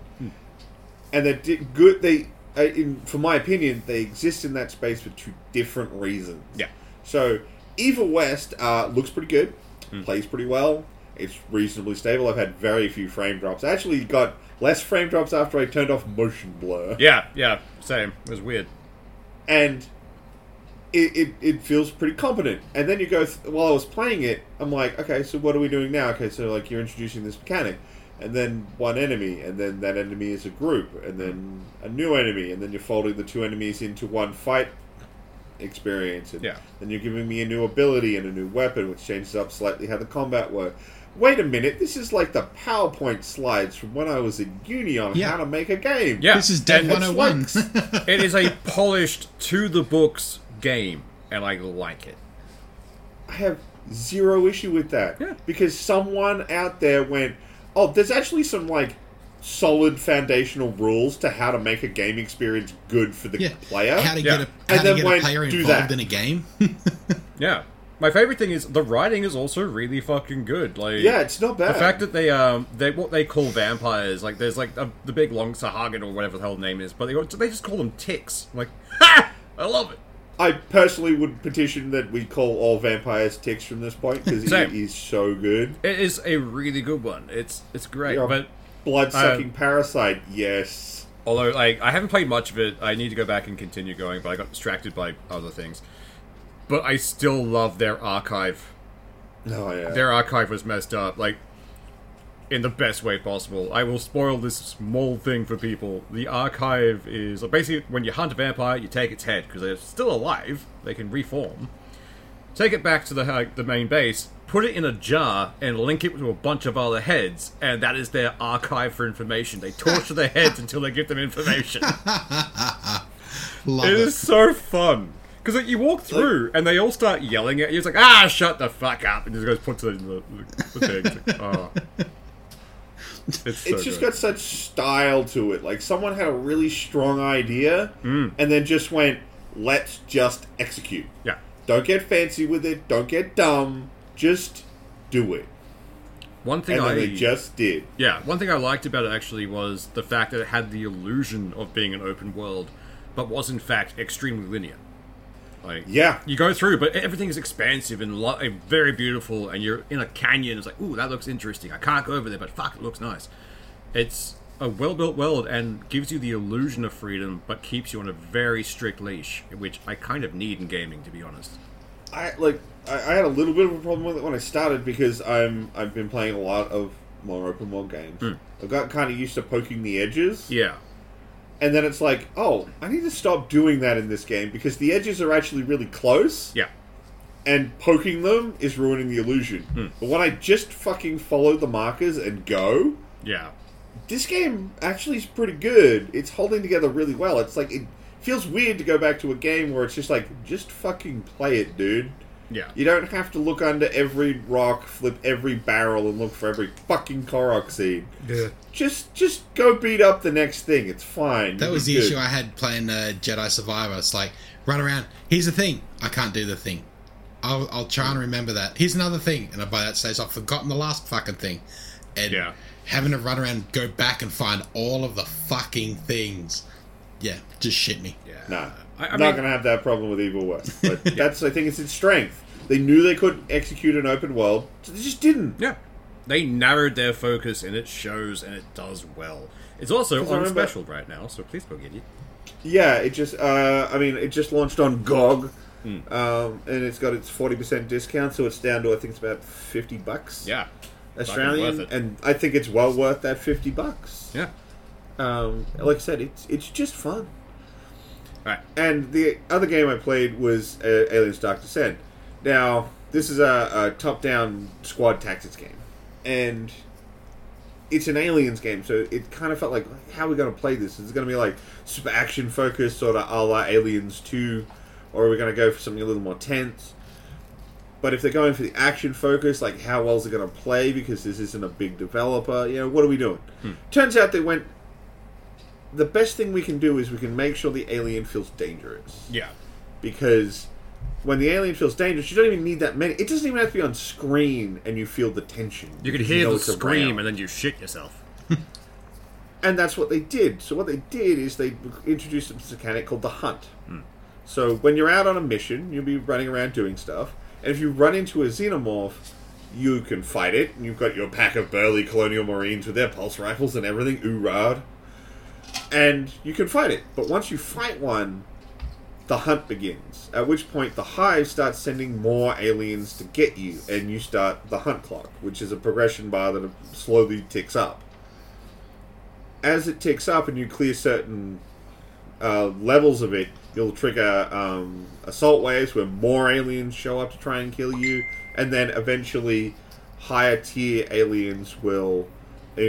Speaker 2: And they did good. They, uh, in, for my opinion, they exist in that space for two different reasons.
Speaker 3: Yeah.
Speaker 2: So, Evil West uh, looks pretty good, plays pretty well. It's reasonably stable. I've had very few frame drops. I actually got less frame drops after I turned off motion blur,
Speaker 3: Yeah, yeah. Same. It was weird.
Speaker 2: and it, it, it feels pretty competent. And then you go th- while I was playing it, I'm like, okay, so what are we doing now? Okay, so like you're introducing this mechanic, and then one enemy, and then that enemy is a group, and then a new enemy, and then you're folding the two enemies into one fight experience. And
Speaker 3: Yeah.
Speaker 2: Then you're giving me a new ability and a new weapon, which changes up slightly how the combat work. Wait a minute, this is like the PowerPoint slides from when I was in uni on
Speaker 4: Yeah.
Speaker 2: how to make a game.
Speaker 3: Yeah.
Speaker 4: This is Dead
Speaker 3: and- oh
Speaker 2: It's
Speaker 4: One Hundred One.
Speaker 3: [laughs]
Speaker 2: like-
Speaker 3: it is a polished to the books game, and I like it.
Speaker 2: I have zero issue with that.
Speaker 3: Yeah.
Speaker 2: Because someone out there went, oh, there's actually some like solid foundational rules to how to make a game experience good for the
Speaker 4: Yeah,
Speaker 2: player.
Speaker 4: How to
Speaker 3: Yeah.
Speaker 4: get a
Speaker 2: And
Speaker 4: how
Speaker 2: then
Speaker 4: to get a
Speaker 2: when
Speaker 4: player
Speaker 2: do
Speaker 4: involved
Speaker 2: that.
Speaker 4: in a game? [laughs]
Speaker 3: Yeah. My favorite thing is the writing is also really fucking good. Like
Speaker 2: yeah, it's not bad.
Speaker 3: the fact that they um they what they call vampires like there's like a, the big long Sahagin or whatever the hell the name is, but they they just call them ticks. I'm like [laughs] ha! I love it.
Speaker 2: I personally would petition that we call all vampires ticks from this point because
Speaker 3: Same.
Speaker 2: it is so good.
Speaker 3: It is a really good one. It's it's great,
Speaker 2: You're a
Speaker 3: but uh,
Speaker 2: blood sucking parasite, yes.
Speaker 3: Although, like, I haven't played much of it. I need to go back and continue going, but I got distracted by other things. But I still love their archive.
Speaker 2: Oh yeah.
Speaker 3: Their archive was messed up, like, in the best way possible. I will spoil this small thing for people. The archive is basically when you hunt a vampire, you take its head because they're still alive. They can reform. Take it back to the uh, the main base, put it in a jar, and link it to a bunch of other heads, and that is their archive for information. They torture their heads until they give them information.
Speaker 4: Love
Speaker 3: It
Speaker 4: it.
Speaker 3: is so fun. Because like, you walk through and they all start yelling at you. It's like, ah, shut the fuck up. And just goes, puts it in the, the, the thing. It's like, oh.
Speaker 2: [laughs]
Speaker 3: It's,
Speaker 2: It's just got such style to it. Like someone had a really strong idea
Speaker 3: Mm.
Speaker 2: and then just went, "Let's just execute."
Speaker 3: Yeah.
Speaker 2: Don't get fancy with it. Don't get dumb. Just do it.
Speaker 3: One thing
Speaker 2: And
Speaker 3: I.
Speaker 2: then they just did.
Speaker 3: Yeah, one thing I liked about it actually was the fact that it had the illusion of being an open world, but was in fact extremely linear. Like
Speaker 2: Yeah.
Speaker 3: you go through, but everything is expansive and, lo- and very beautiful, and you're in a canyon. It's like, ooh, that looks interesting. I can't go over there, but fuck, it looks nice. It's a well-built world and gives you the illusion of freedom, but keeps you on a very strict leash, which I kind of need in gaming, to be honest.
Speaker 2: I like I, I had a little bit of a problem with it when I started because I'm I've been playing a lot of more open world games. I've got kind of used to poking the edges.
Speaker 3: Hmm. Yeah,
Speaker 2: And then it's like, oh, I need to stop doing that in this game because the edges are actually really close
Speaker 3: yeah,
Speaker 2: and poking them is ruining the illusion.
Speaker 3: Hmm.
Speaker 2: But when I just fucking follow the markers and go,
Speaker 3: yeah,
Speaker 2: this game actually is pretty good. It's holding together really well. It's like it feels weird to go back to a game where it's just like just fucking play it, dude.
Speaker 3: yeah.
Speaker 2: You don't have to look under every rock, flip every barrel, and look for every fucking Korok seed.
Speaker 3: Yeah.
Speaker 2: Just, just go beat up the next thing. It's fine.
Speaker 4: That
Speaker 2: You'll
Speaker 4: was
Speaker 2: be
Speaker 4: the
Speaker 2: good.
Speaker 4: issue I had playing uh, Jedi Survivor. It's like, run around. Here's the thing. I can't do the thing. I'll, I'll try and remember that. Here's another thing. And by that stage, I've forgotten the last fucking thing. And
Speaker 3: Yeah.
Speaker 4: having to run around, go back and find all of the fucking things. Yeah, just shit me.
Speaker 3: yeah.
Speaker 2: Nah,
Speaker 3: I- I
Speaker 2: I'm
Speaker 3: mean-
Speaker 2: not gonna have that problem with Evil West.
Speaker 4: [laughs]
Speaker 2: But that's, I think, it's its strength. They knew they couldn't execute an open world, so they just didn't.
Speaker 3: Yeah. They narrowed their focus and it shows and it does well. It's also
Speaker 2: 'Cause I
Speaker 3: on
Speaker 2: remember-
Speaker 3: special right now, so please go get it.
Speaker 2: Yeah, it just, uh, I mean, it just launched on GOG,
Speaker 3: Hmm.
Speaker 2: um, and it's got its forty percent discount, so it's down to I think it's about fifty bucks.
Speaker 3: Yeah. Fucking
Speaker 2: Australian,
Speaker 3: worth it.
Speaker 2: and I think it's well worth that fifty bucks.
Speaker 3: Yeah.
Speaker 2: Um, like I said, it's it's just fun.
Speaker 3: Alright.
Speaker 2: And the other game I played was uh, Aliens: Dark Descent. Now, this is a, a top-down squad tactics game, and it's an Aliens game, so it kind of felt like, how are we going to play this? Is it going to be like super action focused, sort of a la Aliens Two, or are we going to go for something a little more tense? But if they're going for the action focus, like how well is it going to play? Because this isn't a big developer, you know, what are we doing?
Speaker 3: Hmm.
Speaker 2: Turns out they went. The best thing we can do is we can make sure the alien feels dangerous
Speaker 3: Yeah.
Speaker 2: because when the alien feels dangerous, you don't even need that many. It doesn't even have to be on screen, and you feel the tension.
Speaker 3: You
Speaker 2: can
Speaker 3: could hear the scream
Speaker 2: and,
Speaker 3: and then you shit yourself.
Speaker 2: that's what they did. So what they did is they introduced a mechanic called the hunt. So when you're out on a mission, you'll be running around doing stuff, and if you run into a xenomorph, you can fight it, and you've got your pack of burly colonial marines with their pulse rifles and everything, oorad, and you can fight it. But once you fight one, the hunt begins. At which point, the hive starts sending more aliens to get you, and you start the hunt clock, which is a progression bar that slowly ticks up. As it ticks up, and you clear certain uh, levels of it, you'll trigger um, assault waves where more aliens show up to try and kill you, and then eventually higher tier aliens will uh,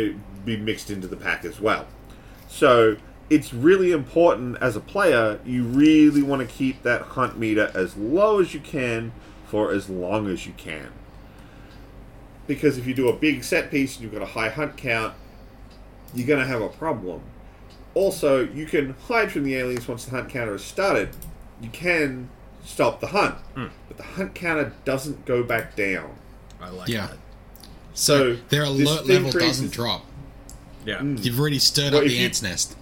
Speaker 2: be mixed into the pack as well. So it's really important as a player, you really want to keep that hunt meter as low as you can for as long as you can. Because if you do a big set piece and you've got a high hunt count, you're going to have a problem. Also, you can hide from the aliens once the hunt counter is started. You can stop the hunt,
Speaker 3: Hmm.
Speaker 2: but the hunt counter doesn't go back down.
Speaker 3: I like
Speaker 4: Yeah.
Speaker 3: that.
Speaker 4: So,
Speaker 2: So,
Speaker 4: their
Speaker 2: this
Speaker 4: alert
Speaker 2: thing
Speaker 4: level
Speaker 2: creates-
Speaker 4: doesn't drop.
Speaker 3: Yeah.
Speaker 4: You've already stirred
Speaker 2: Well,
Speaker 4: up
Speaker 2: if
Speaker 4: the
Speaker 2: you-
Speaker 4: ant's nest.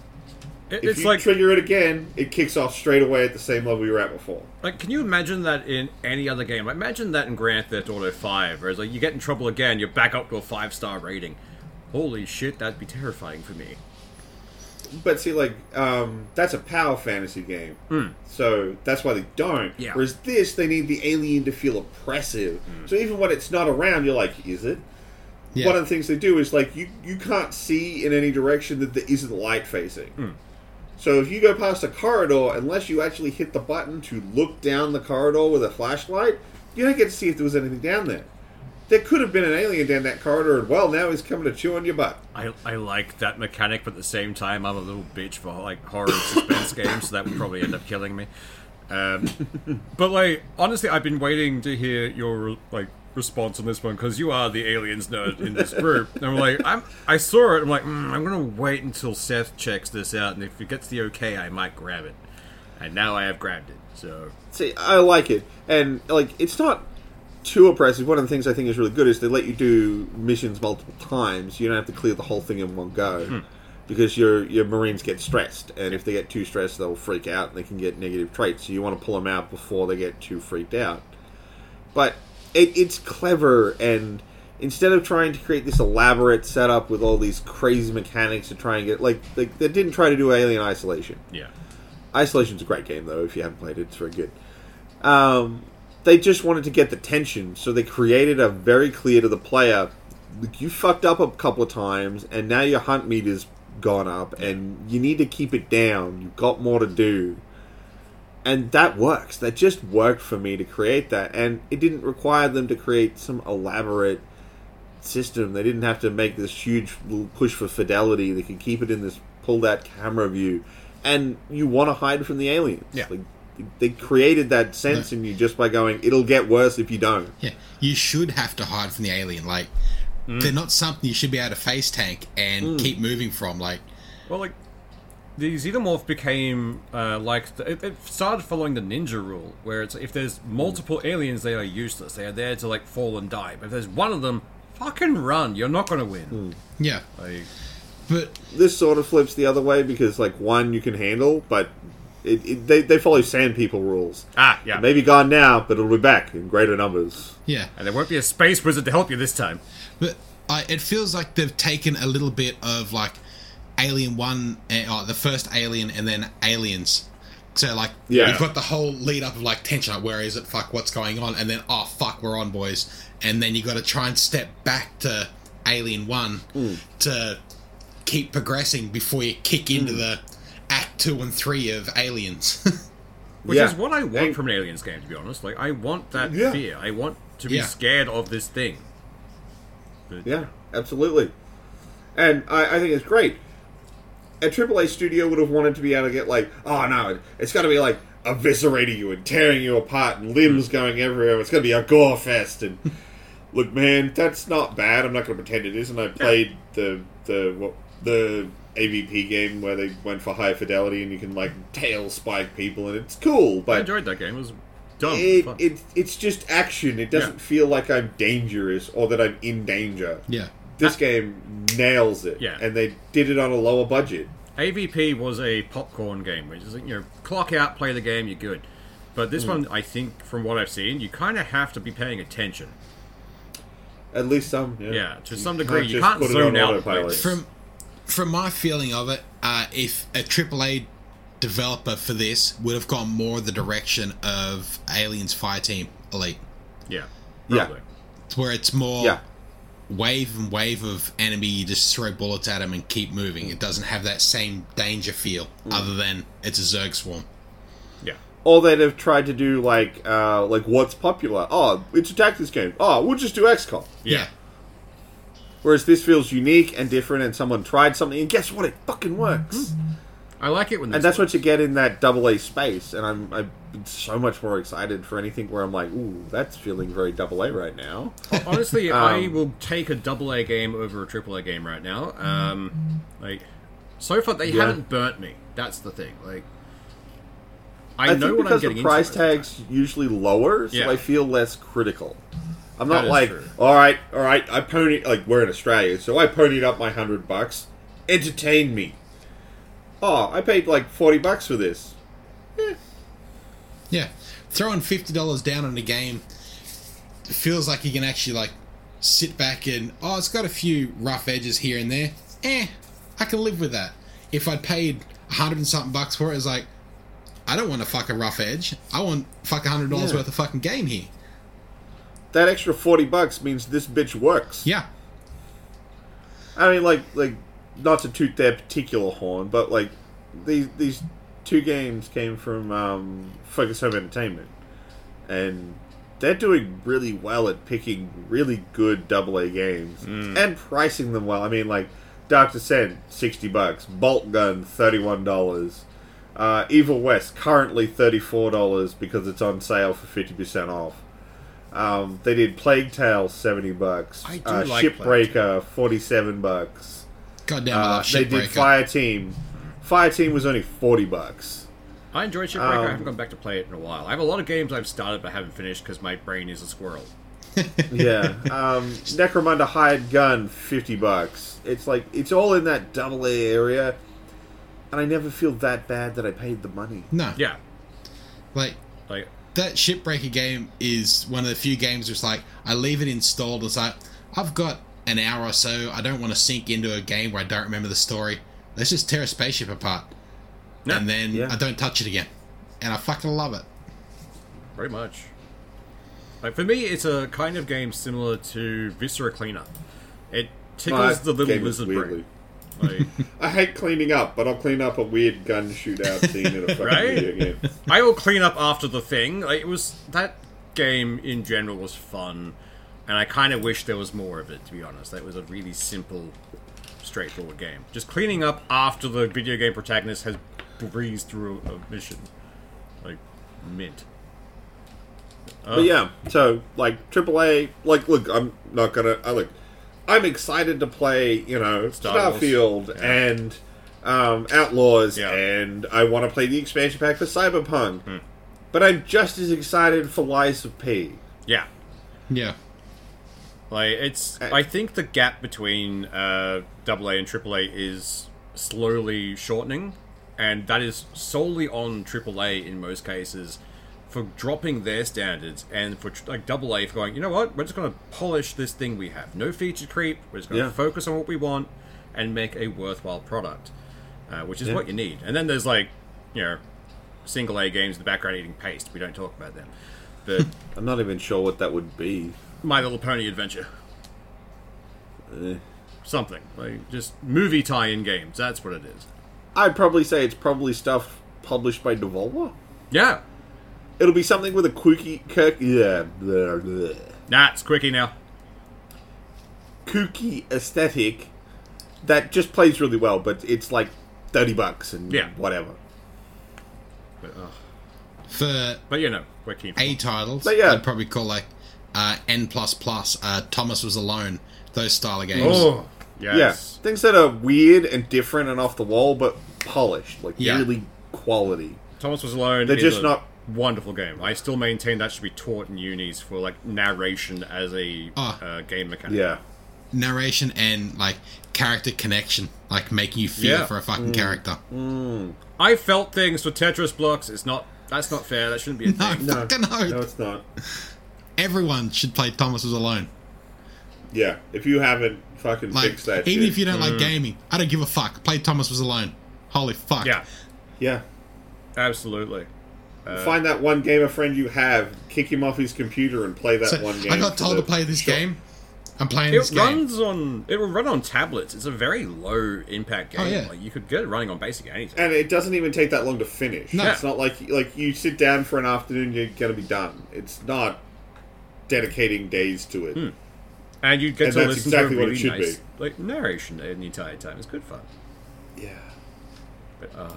Speaker 3: It-
Speaker 2: Mm. If
Speaker 3: it's
Speaker 2: you
Speaker 3: like
Speaker 2: trigger it again, it kicks off straight away at the same level you were at before.
Speaker 3: Like, can you imagine that in any other game? Like, imagine that in Grand Theft Auto Five, where it's like you get in trouble again, you're back up to a five star rating. Holy shit, that'd be terrifying for me.
Speaker 2: But see, like, um, that's a power fantasy game. So that's why they don't.
Speaker 3: Yeah.
Speaker 2: Whereas this, they need the alien to feel oppressive. So even when it's not around, you're like, is it?
Speaker 4: Yeah.
Speaker 2: One of the things they do is, like, you, you can't see in any direction that there isn't light facing. So if you go past a corridor, unless you actually hit the button to look down the corridor with a flashlight, you don't get to see if there was anything down there. there could have been an alien down that corridor, and well, now he's coming to chew on your butt.
Speaker 3: I, I like that mechanic, but at the same time, I'm a little bitch for like horror and suspense games, so that would probably end up killing me. Um, but like, honestly, I've been waiting to hear your like response on this one because you are the aliens nerd in this group. and I'm like, I'm I saw it. I'm like, mm, I'm gonna wait until Seth checks this out, and if it gets the okay, I might grab it. And now I have grabbed it. So
Speaker 2: See, I like it, and like it's not too oppressive. One of the things I think is really good is they let you do missions multiple times. You don't have to clear the whole thing in one go. Because your your marines get stressed, and if they get too stressed, they'll freak out and they can get negative traits. So you want to pull them out before they get too freaked out. But it, it's clever, and instead of trying to create this elaborate setup with all these crazy mechanics to try and get like, like they didn't try to do Alien Isolation.
Speaker 3: yeah,
Speaker 2: Isolation's a great game though. If you haven't played it, it's very good. Um, they just wanted to get the tension, so they created a very clear to the player: "Look, you fucked up a couple of times, and now your hunt meter's gone up, and you need to keep it down. You've got more to do." And that works. That just worked for me to create that, and it didn't require them to create some elaborate system. They didn't have to make this huge l- push for fidelity. They could keep it in this pull out camera view, and you want to hide from the aliens.
Speaker 3: Yeah.
Speaker 2: Like, they created that sense in you just by going, "It'll get worse if you don't."
Speaker 4: Yeah, you should have to hide from the alien. Like, they're not something you should be able to face tank and keep moving from. Like,
Speaker 3: well, like the xenomorph became uh, like the, it, it started following the ninja rule, where it's if there's multiple aliens, they are useless. They are there to like fall and die. But if there's one of them, fucking run. You're not gonna
Speaker 2: Hmm.
Speaker 3: win.
Speaker 4: yeah,
Speaker 3: Like,
Speaker 4: but
Speaker 2: This sort of flips the other way because, like, one you can handle, but it, it, they they follow sand people rules.
Speaker 3: ah, yeah.
Speaker 2: Maybe gone now, but it'll be back in greater numbers.
Speaker 4: yeah,
Speaker 3: And there won't be a space wizard to help you this time.
Speaker 4: But I, it feels like they've taken a little bit of like Alien One, eh, oh, the first Alien, and then Aliens. So like,
Speaker 2: Yeah.
Speaker 4: you've got the whole lead up of like tension. Like, where is it? Fuck, what's going on? And then oh fuck, we're on, boys. And then you got to try and step back to Alien One to keep progressing before you kick into the Act Two and Three of Aliens. [laughs]
Speaker 3: Which
Speaker 2: Yeah.
Speaker 3: is what I want
Speaker 2: And-
Speaker 3: from an aliens game, to be honest. Like, I want that
Speaker 2: Yeah.
Speaker 3: fear. I want to be
Speaker 4: Yeah.
Speaker 3: scared of this thing. But-
Speaker 2: Yeah, absolutely. And I, I think it's great. A AAA studio would have wanted to be able to get like, oh no, it's got to be like eviscerating you and tearing you apart and limbs
Speaker 3: Mm.
Speaker 2: going everywhere. It's going to be a gore fest.
Speaker 3: [laughs]
Speaker 2: And look, man, that's not bad. I'm not going to pretend it is. And I played the the what, the AVP game where they went for high fidelity and you can like tail spike people and it's cool.
Speaker 3: I
Speaker 2: But
Speaker 3: enjoyed that game. It was dumb.
Speaker 2: it,
Speaker 3: fun.
Speaker 2: it it's just action. It doesn't
Speaker 3: Yeah.
Speaker 2: feel like I'm dangerous or that I'm in danger
Speaker 4: yeah,
Speaker 2: this game nails it.
Speaker 3: Ah. Yeah.
Speaker 2: And they did it on a lower budget.
Speaker 3: AVP was a popcorn game, which is, like, you know, clock out, play the game, you're good. But
Speaker 2: Hmm.
Speaker 3: this one, I think, from what I've seen, you kind of have to be paying attention.
Speaker 2: At least some. Yeah,
Speaker 3: Yeah, to
Speaker 2: You
Speaker 3: some degree, you
Speaker 2: just
Speaker 3: can't
Speaker 2: put it
Speaker 3: zone
Speaker 2: on
Speaker 3: out.
Speaker 2: autopilot.
Speaker 3: like-
Speaker 4: from from my feeling of it, uh, if a AAA developer for this would have gone more the direction of Aliens Fireteam Elite,
Speaker 3: Yeah.
Speaker 2: Yeah.
Speaker 3: Probably.
Speaker 4: It's where it's more
Speaker 2: Yeah.
Speaker 4: wave and wave of enemy, you just throw bullets at them and keep moving. It doesn't have that same danger feel, other than it's a Zerg swarm.
Speaker 3: Yeah.
Speaker 2: Or they'd have tried to do like uh, like what's popular. Oh, it's a tactics game. Oh, we'll just do XCOM.
Speaker 3: Yeah.
Speaker 2: Whereas this feels unique and different, and someone tried something, and guess what? It fucking works.
Speaker 3: Mm-hmm. I like it when
Speaker 2: And
Speaker 3: there's
Speaker 2: that's what you get in that double A space. And I'm I'm so much more excited for anything where I'm like, ooh, that's feeling very double A right now. [laughs]
Speaker 3: Honestly, I
Speaker 2: um,
Speaker 3: will take a double A game over a triple A game right now. Um, like, so far they
Speaker 2: Yeah.
Speaker 3: haven't burnt me. That's the thing. Like, I,
Speaker 2: I,
Speaker 3: know
Speaker 2: think
Speaker 3: what I'm
Speaker 2: because
Speaker 3: getting
Speaker 2: the price
Speaker 3: into. most of
Speaker 2: tag's usually lower, so
Speaker 3: Yeah.
Speaker 2: I feel less critical. I'm
Speaker 3: That
Speaker 2: not
Speaker 3: is
Speaker 2: like,
Speaker 3: true.
Speaker 2: all right, all right, I pony like we're in Australia, so I ponied up my hundred bucks. Entertain me. Oh, I paid like forty bucks for this.
Speaker 4: Yeah. Throwing fifty dollars down on a game feels like you can actually like sit back and oh it's got a few rough edges here and there. Eh, I can live with that. If I'd paid a hundred and something bucks for it, it's like I don't want a fucking rough edge. I want fuck a hundred dollars
Speaker 2: Yeah.
Speaker 4: worth of fucking game here.
Speaker 2: That extra forty bucks means this bitch works.
Speaker 4: Yeah.
Speaker 2: I mean, like, like not to toot their particular horn, but like these these two games came from um, Focus Home Entertainment, and they're doing really well at picking really good double A games
Speaker 3: Mm.
Speaker 2: and pricing them well. I mean, like Doctor Sen, sixty bucks. Bolt Gun, thirty one dollars. Uh, Evil West currently thirty four dollars because it's on sale for fifty percent off. Um, they did Plague Tale seventy bucks.
Speaker 3: I do
Speaker 2: uh,
Speaker 3: like Plague
Speaker 2: Shipbreaker forty seven bucks.
Speaker 4: God damn, I
Speaker 2: Uh,
Speaker 4: love
Speaker 2: they did
Speaker 4: Shipbreaker.
Speaker 2: Fire Team. Fire Team was only forty bucks.
Speaker 3: I enjoyed Shipbreaker. I
Speaker 2: Um,
Speaker 3: haven't gone back to play it in a while. I have a lot of games I've started but haven't finished because my brain is a squirrel.
Speaker 2: yeah. [laughs] Um, Necromunda hired gun, fifty bucks. It's like it's all in that double A area, and I never feel that bad that I paid the money.
Speaker 4: No,
Speaker 3: Yeah,
Speaker 4: like
Speaker 3: like
Speaker 4: that Shipbreaker game is one of the few games where it's like I leave it installed. It's like I've got an hour or so. I don't want to sink into a game where I don't remember the story. Let's just tear a spaceship apart,
Speaker 3: Yeah.
Speaker 4: and then
Speaker 2: Yeah.
Speaker 4: I don't touch it again. And I fucking love it.
Speaker 3: Pretty much. Like for me, it's a kind of game similar to Viscera Cleaner. It tickles
Speaker 2: Oh, that
Speaker 3: the little
Speaker 2: game is
Speaker 3: lizard
Speaker 2: weirdly-
Speaker 3: brain. Like,
Speaker 2: [laughs] I hate cleaning up, but I'll clean up a weird gun shootout scene
Speaker 3: [laughs]
Speaker 2: in a fucking
Speaker 3: Right?
Speaker 2: video game.
Speaker 3: I will clean up after the thing. Like, it was that game in general was fun, and I kind of wish there was more of it. To be honest, that was a really simple, straightforward game. Just cleaning up after the video game protagonist has breezed through a mission, like mint.
Speaker 2: But yeah, so like AAA, like look, I'm not gonna. I look, I'm excited to play, you know,
Speaker 3: Star Wars.
Speaker 2: Starfield and um, Outlaws,
Speaker 3: Yeah. Hmm.
Speaker 2: and I want to play the expansion pack for Cyberpunk. But I'm just as excited for Lies of P.
Speaker 3: Yeah,
Speaker 4: Yeah,
Speaker 3: Like it's, I think the gap between uh, AA and AAA is slowly shortening, and that is solely on AAA in most cases for dropping their standards and for tr- like AA for going, you know what, we're just going to polish this thing we have. No feature creep. We're just going to
Speaker 2: Yeah.
Speaker 3: focus on what we want and make a worthwhile product, uh, which is what you need. And then there's like, you know, single A games in the background eating paste. We don't talk about them. But
Speaker 2: I'm not even sure what that would be.
Speaker 3: My Little Pony Adventure.
Speaker 2: Eh.
Speaker 3: Something. Like, just movie tie in games. That's what it is.
Speaker 2: I'd probably say it's probably stuff published by Devolver.
Speaker 3: Yeah.
Speaker 2: It'll be something with a quirky, kirk, yeah, blah, blah,
Speaker 3: Nah, it's quickie now.
Speaker 2: kooky aesthetic that just plays really well, but it's like thirty bucks and
Speaker 3: Yeah.
Speaker 2: whatever.
Speaker 3: But, uh,
Speaker 4: for
Speaker 3: but you know, we're keen.
Speaker 4: A titles,
Speaker 2: But yeah.
Speaker 4: I'd probably call like uh, N plus plus, uh, Thomas was alone, those style of games.
Speaker 3: oh, yes.
Speaker 2: Yeah, things that are weird and different and off the wall, but polished, like
Speaker 4: Yeah.
Speaker 2: really quality.
Speaker 3: Thomas was alone.
Speaker 2: They're
Speaker 3: is
Speaker 2: just
Speaker 3: a
Speaker 2: not-
Speaker 3: Wonderful game. I still maintain that should be taught in unis for like narration as a
Speaker 4: Ah.
Speaker 3: uh, game mechanic.
Speaker 2: Yeah,
Speaker 4: Narration and like character connection, like making you feel
Speaker 3: Yeah.
Speaker 4: for a fucking character.
Speaker 3: I felt things for Tetris blocks. It's not. That's not fair. That shouldn't be
Speaker 4: [laughs]
Speaker 3: a
Speaker 4: No,
Speaker 3: thing.
Speaker 4: fucking no.
Speaker 2: no, it's not.
Speaker 4: Everyone should play Thomas was alone.
Speaker 2: Yeah, if you haven't fucking
Speaker 4: Like,
Speaker 2: fixed that,
Speaker 4: even
Speaker 2: shit.
Speaker 4: if you don't
Speaker 3: Mm.
Speaker 4: like gaming, I don't give a fuck. Play Thomas was alone. Holy fuck!
Speaker 3: Yeah,
Speaker 2: yeah,
Speaker 3: absolutely.
Speaker 2: find that one gamer friend you have, kick him off his computer, and play that
Speaker 4: So,
Speaker 2: one game.
Speaker 4: I got
Speaker 2: for
Speaker 4: told
Speaker 2: the-
Speaker 4: to play this
Speaker 2: Sure.
Speaker 4: game. I'm playing this
Speaker 3: It
Speaker 4: game.
Speaker 3: runs on. It will run on tablets. It's a very low impact game.
Speaker 4: Oh, yeah.
Speaker 3: Like you could get it running on basically anything.
Speaker 2: And it doesn't even take that long to finish.
Speaker 4: No.
Speaker 2: It's not like like you sit down for an afternoon, you're gonna be done. It's not dedicating days to it.
Speaker 3: And you get
Speaker 2: And
Speaker 3: to
Speaker 2: that's
Speaker 3: listen
Speaker 2: exactly
Speaker 3: to
Speaker 2: what it
Speaker 3: a really
Speaker 2: should
Speaker 3: nice
Speaker 2: be.
Speaker 3: like narration the entire time. It's good fun.
Speaker 2: Yeah,
Speaker 3: But, uh,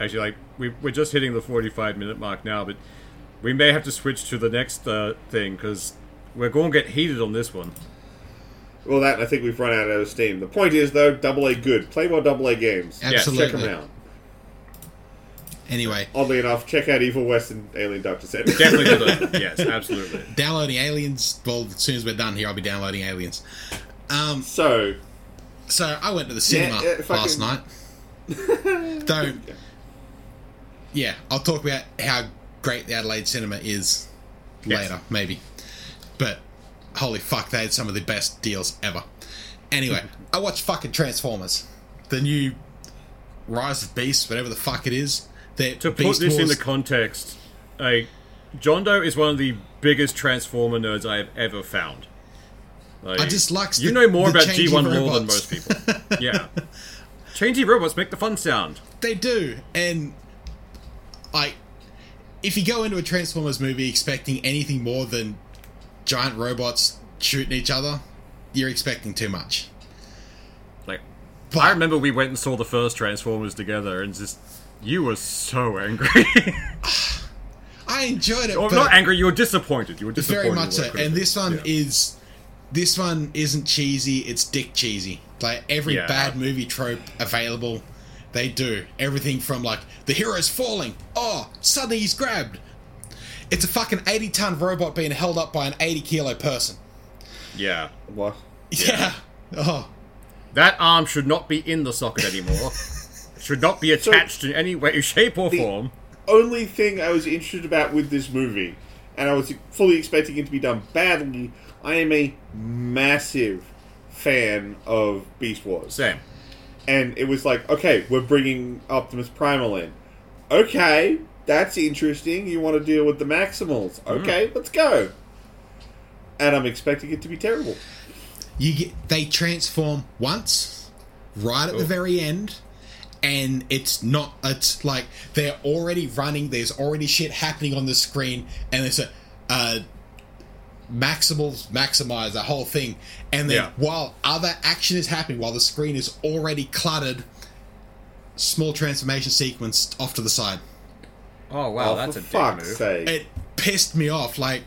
Speaker 3: actually, like we we're just hitting the forty-five minute mark now, but we may have to switch to the next uh, thing because we're going to get heated on this one.
Speaker 2: Well, that I think we've run out of steam. The point is, though, double A good. Play more double A games. Check
Speaker 4: Absolutely.
Speaker 2: them out.
Speaker 4: anyway,
Speaker 2: Oddly enough, check out Evil West and Alien Doctor Set.
Speaker 3: Definitely do that. Yes, absolutely.
Speaker 4: downloading Aliens. Well, as soon as we're done here, I'll be downloading Aliens.
Speaker 2: [laughs]
Speaker 4: Um,
Speaker 2: so,
Speaker 4: so I went to the cinema
Speaker 2: yeah, fucking-
Speaker 4: last night.
Speaker 2: [laughs]
Speaker 4: Don't. Yeah, I'll talk about how great the Adelaide cinema is
Speaker 3: Yes.
Speaker 4: later, maybe. But holy fuck, they had some of the best deals ever. Anyway, I watched fucking Transformers, the new Rise of Beasts, whatever the fuck it is. They're
Speaker 3: To put
Speaker 4: Beast
Speaker 3: this
Speaker 4: Wars.
Speaker 3: into context, like John Doe is one of the biggest Transformer nerds I have ever found. Like,
Speaker 4: I just like
Speaker 3: you
Speaker 4: the-
Speaker 3: know more
Speaker 4: the
Speaker 3: about
Speaker 4: changing
Speaker 3: G1 lore than
Speaker 4: robots.
Speaker 3: most people.
Speaker 4: [laughs]
Speaker 3: yeah, changey robots make the fun sound.
Speaker 4: They do, and I. if you go into a Transformers movie expecting anything more than giant robots shooting each other, you're expecting too much.
Speaker 3: Like,
Speaker 4: But-
Speaker 3: I remember we went and saw the first Transformers together, and just you were so angry. [laughs]
Speaker 4: I enjoyed it,
Speaker 3: or
Speaker 4: but
Speaker 3: not angry, you were disappointed. You were disappointed.
Speaker 4: very
Speaker 3: in
Speaker 4: much
Speaker 3: what
Speaker 4: so.
Speaker 3: could have
Speaker 4: And
Speaker 3: been.
Speaker 4: this one
Speaker 3: Yeah.
Speaker 4: is this one isn't cheesy. It's dick cheesy. Like every
Speaker 3: Yeah.
Speaker 4: bad movie trope available, they do everything from like the hero's falling. Oh, suddenly he's grabbed. It's a fucking eighty-ton robot being held up by an eighty-kilo person.
Speaker 3: yeah.
Speaker 2: What?
Speaker 4: Yeah. Oh,
Speaker 3: That arm should not be in the
Speaker 4: [laughs]
Speaker 3: socket anymore. It should not be attached in any way, shape, or form.
Speaker 2: Only thing I was interested about with this movie, and I was fully expecting it to be done badly, I am a massive fan of Beast Wars.
Speaker 3: Same.
Speaker 2: and it was like, okay, we're bringing Optimus Primal in. Okay, that's interesting. You want to deal with the Maximals?
Speaker 3: Hmm.
Speaker 2: Okay, let's go. And I'm expecting it to be terrible.
Speaker 4: you get they transform once right at the very end and it's not it's like they're already running there's already shit happening on the screen and there's a uh maximals maximize the whole thing and then
Speaker 3: Yeah.
Speaker 4: while other action is happening while the screen is already cluttered small transformation sequence off to the side
Speaker 3: Oh wow,
Speaker 2: Oh,
Speaker 3: that's
Speaker 2: for
Speaker 3: a dick
Speaker 2: fuck's
Speaker 3: move.
Speaker 2: sake.
Speaker 4: it pissed me off. Like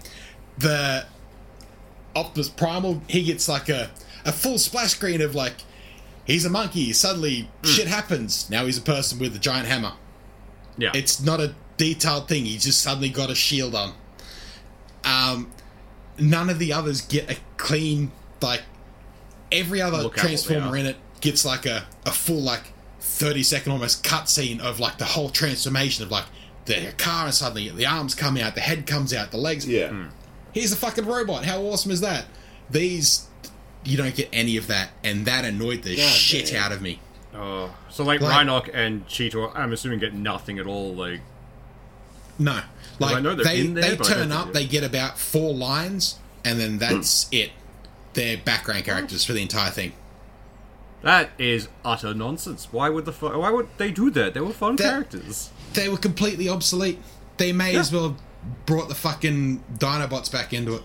Speaker 4: the Optimus Primal, he gets like a a full splash screen of like he's a monkey. Suddenly shit happens. Now he's a person with a giant hammer.
Speaker 3: Yeah.
Speaker 4: It's not a detailed thing. He just suddenly got a shield on. Um, none of the others get a clean like. Every other
Speaker 3: Look out what they
Speaker 4: transformer
Speaker 3: are.
Speaker 4: in it gets like a, a full like thirty second almost cutscene of like the whole transformation of like the car and suddenly the arms come out, the head comes out, the legs.
Speaker 2: yeah.
Speaker 3: Hmm.
Speaker 4: He's a fucking robot. How awesome is that? These you don't get any of that, and that annoyed the
Speaker 2: God
Speaker 4: shit
Speaker 2: damn.
Speaker 4: out of me.
Speaker 3: Oh. So like,
Speaker 4: Like-
Speaker 3: Rhinoc and Cheetor, I'm assuming get nothing at all. Like,
Speaker 4: No, like
Speaker 3: I know they're
Speaker 4: they
Speaker 3: in there,
Speaker 4: they
Speaker 3: but I don't
Speaker 4: turn
Speaker 3: think Hmm.
Speaker 4: up,
Speaker 3: they-
Speaker 4: they get about four lines, and then that's it. They're background characters for the entire thing.
Speaker 3: that is utter nonsense. Why would the fu- why would they do that? They were fun
Speaker 4: That-
Speaker 3: characters.
Speaker 4: They were completely obsolete. They may as well have brought the fucking Dinobots back into it.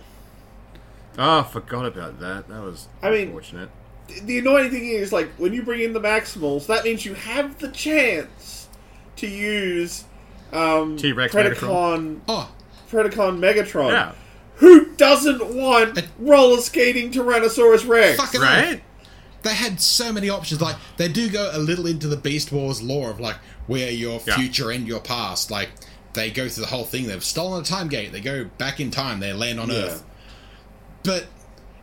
Speaker 3: Ah, forgot about that. That was
Speaker 2: I mean-
Speaker 3: unfortunate.
Speaker 2: The annoying thing is, like, when you bring in the Maximals, that means you have the chance to use um,
Speaker 3: T-Rex
Speaker 2: Predacon,
Speaker 4: Oh,
Speaker 2: Predacon Megatron.
Speaker 3: yeah.
Speaker 2: Who doesn't want
Speaker 4: It-
Speaker 2: roller skating Tyrannosaurus Rex?
Speaker 4: fucking
Speaker 3: Right.
Speaker 4: they had so many options. Like they do go a little into the Beast Wars lore of like where your
Speaker 3: Yeah.
Speaker 4: future and your past. Like they go through the whole thing. They've stolen a time gate. They go back in time. They land on
Speaker 2: Yeah.
Speaker 4: Earth. But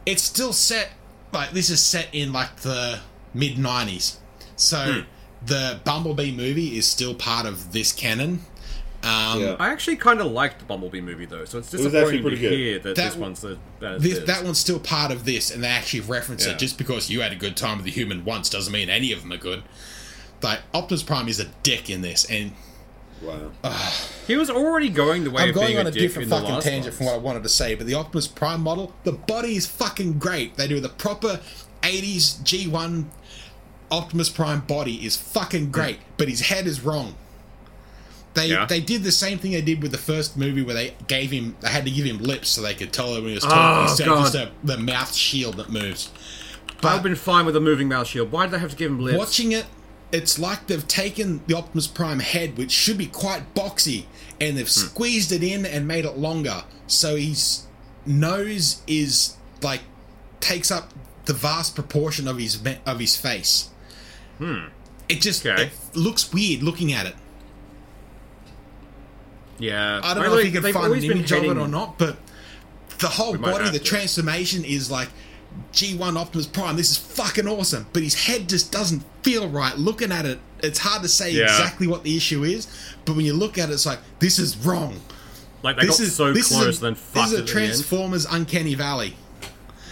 Speaker 4: it's still set. Like this is set in like the mid '90s. So the Bumblebee movie is still part of this canon. Um,
Speaker 2: Yeah.
Speaker 3: I actually kind of liked the Bumblebee movie though, so it's
Speaker 2: was actually
Speaker 3: disappointing to
Speaker 2: pretty good.
Speaker 3: hear that,
Speaker 4: That
Speaker 3: this
Speaker 4: w-
Speaker 3: one's the, that, it
Speaker 4: This,
Speaker 3: is.
Speaker 4: that one's still part of this, and they actually reference
Speaker 2: Yeah.
Speaker 4: it. Just because you had a good time with the human once doesn't mean any of them are good. Like Optimus Prime is a dick in this, and
Speaker 2: Wow.
Speaker 3: He was already going the way
Speaker 4: I'm
Speaker 3: of
Speaker 4: going
Speaker 3: being
Speaker 4: on a
Speaker 3: dick
Speaker 4: different
Speaker 3: in the
Speaker 4: fucking
Speaker 3: last
Speaker 4: tangent
Speaker 3: ones.
Speaker 4: from what I wanted to say. But the Optimus Prime model, the body is fucking great. They do the proper '80s G1 Optimus Prime body is fucking great, but his head is wrong. They
Speaker 3: Yeah.
Speaker 4: they did the same thing they did with the first movie where they gave him they had to give him lips so they could tell him when he was talking
Speaker 3: Oh,
Speaker 4: instead of just
Speaker 3: God.
Speaker 4: a, the mouth shield that moves.
Speaker 3: I've been fine with a moving mouth shield. Why did I have to give him lips?
Speaker 4: Watching it, it's like they've taken the Optimus Prime head, which should be quite boxy, and they've squeezed it in and made it longer. So his nose is like takes up the vast proportion of his ma- of his face. Hmm. It just
Speaker 3: Okay.
Speaker 4: it looks weird looking at it.
Speaker 3: Yeah,
Speaker 4: I don't know
Speaker 3: By the
Speaker 4: if
Speaker 3: way,
Speaker 4: you can
Speaker 3: they've
Speaker 4: find an
Speaker 3: always been
Speaker 4: image of it
Speaker 3: hating-
Speaker 4: or not, but the whole
Speaker 3: might
Speaker 4: body,
Speaker 3: have
Speaker 4: the
Speaker 3: to.
Speaker 4: transformation is like G1 Optimus Prime. This is fucking awesome, but his head just doesn't feel right. Looking at it, it's hard to say
Speaker 3: Yeah.
Speaker 4: exactly what the issue is, but when you look at it, it's like this is wrong.
Speaker 3: Like they
Speaker 4: This
Speaker 3: got
Speaker 4: is
Speaker 3: so
Speaker 4: this
Speaker 3: close,
Speaker 4: is a,
Speaker 3: then
Speaker 4: this
Speaker 3: fucked
Speaker 4: is a
Speaker 3: it at the end.
Speaker 4: Transformers Uncanny Valley.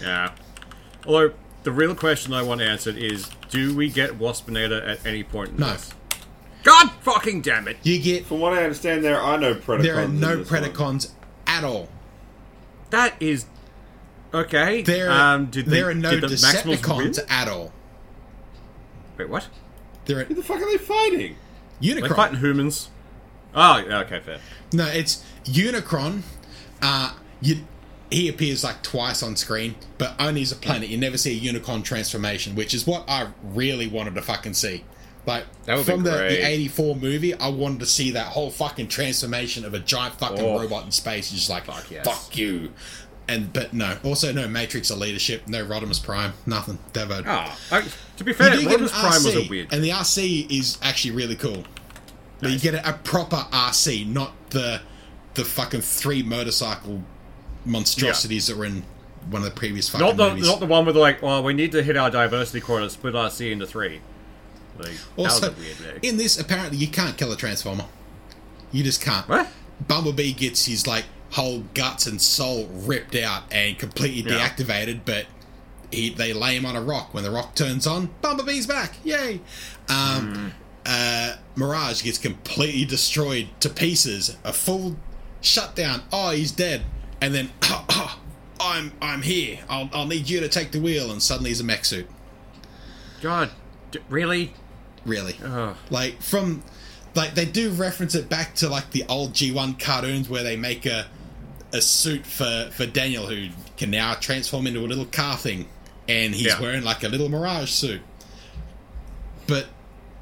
Speaker 3: Yeah. Although the real question I want answered is, do we get Waspinator at any point? In
Speaker 4: No.
Speaker 3: This? God fucking damn it!
Speaker 4: You get
Speaker 2: From what I understand, there are no Predacons.
Speaker 4: there are
Speaker 2: in
Speaker 4: no
Speaker 2: this one.
Speaker 4: Predacons at all.
Speaker 3: That is okay.
Speaker 4: There,
Speaker 3: um, did they,
Speaker 4: there are no
Speaker 3: did the Maximals win?
Speaker 4: Decepticons at all.
Speaker 3: Wait, what?
Speaker 4: There are
Speaker 2: Who the fuck are they fighting?
Speaker 4: Unicron.
Speaker 3: They're fighting humans. Oh, yeah, okay, fair.
Speaker 4: No, it's Unicron. Uh, you, he appears like twice on screen, but only as a planet. You never see a Unicron transformation, which is what I really wanted to fucking see. Like
Speaker 3: That would be
Speaker 4: from the,
Speaker 3: great.
Speaker 4: the '84 movie, I wanted to see that whole fucking transformation of a giant fucking
Speaker 3: Oh.
Speaker 4: robot in space. It's just like fuck,
Speaker 3: yes.
Speaker 4: you. And but no, also no Matrix of leadership, no Rodimus Prime, nothing. Devo.
Speaker 3: Ah, I- to be
Speaker 4: You
Speaker 3: fair,
Speaker 4: do get an
Speaker 3: Rodimus Prime was a
Speaker 4: RC,
Speaker 3: weird.
Speaker 4: And the RC is actually really cool. But you get a, a proper RC, not the the fucking three motorcycle monstrosities that were in one of the previous fucking
Speaker 3: Not the
Speaker 4: movies.
Speaker 3: not the one with like, well, we need to hit our diversity quota, split our C into three. Like,
Speaker 4: also,
Speaker 3: that was a weird move.
Speaker 4: in this, apparently you can't kill a transformer. You just can't.
Speaker 3: What?
Speaker 4: Bumblebee gets his like whole guts and soul ripped out and completely
Speaker 3: Yeah.
Speaker 4: deactivated, but he, they lay him on a rock. When the rock turns on, Bumblebee's back. Yay! Um, uh, Mirage gets completely destroyed to pieces. A full shutdown. Oh, he's dead. And then, [coughs] I'm I'm here. I'll, I'll need you to take the wheel. And suddenly he's a mech suit.
Speaker 3: God, d- really?
Speaker 4: Really?
Speaker 3: Ugh.
Speaker 4: like from like they do reference it back to like the old G1 cartoons where they make a a suit for for Daniel who can now transform into a little car thing and he's
Speaker 3: Yeah.
Speaker 4: wearing like a little mirage suit but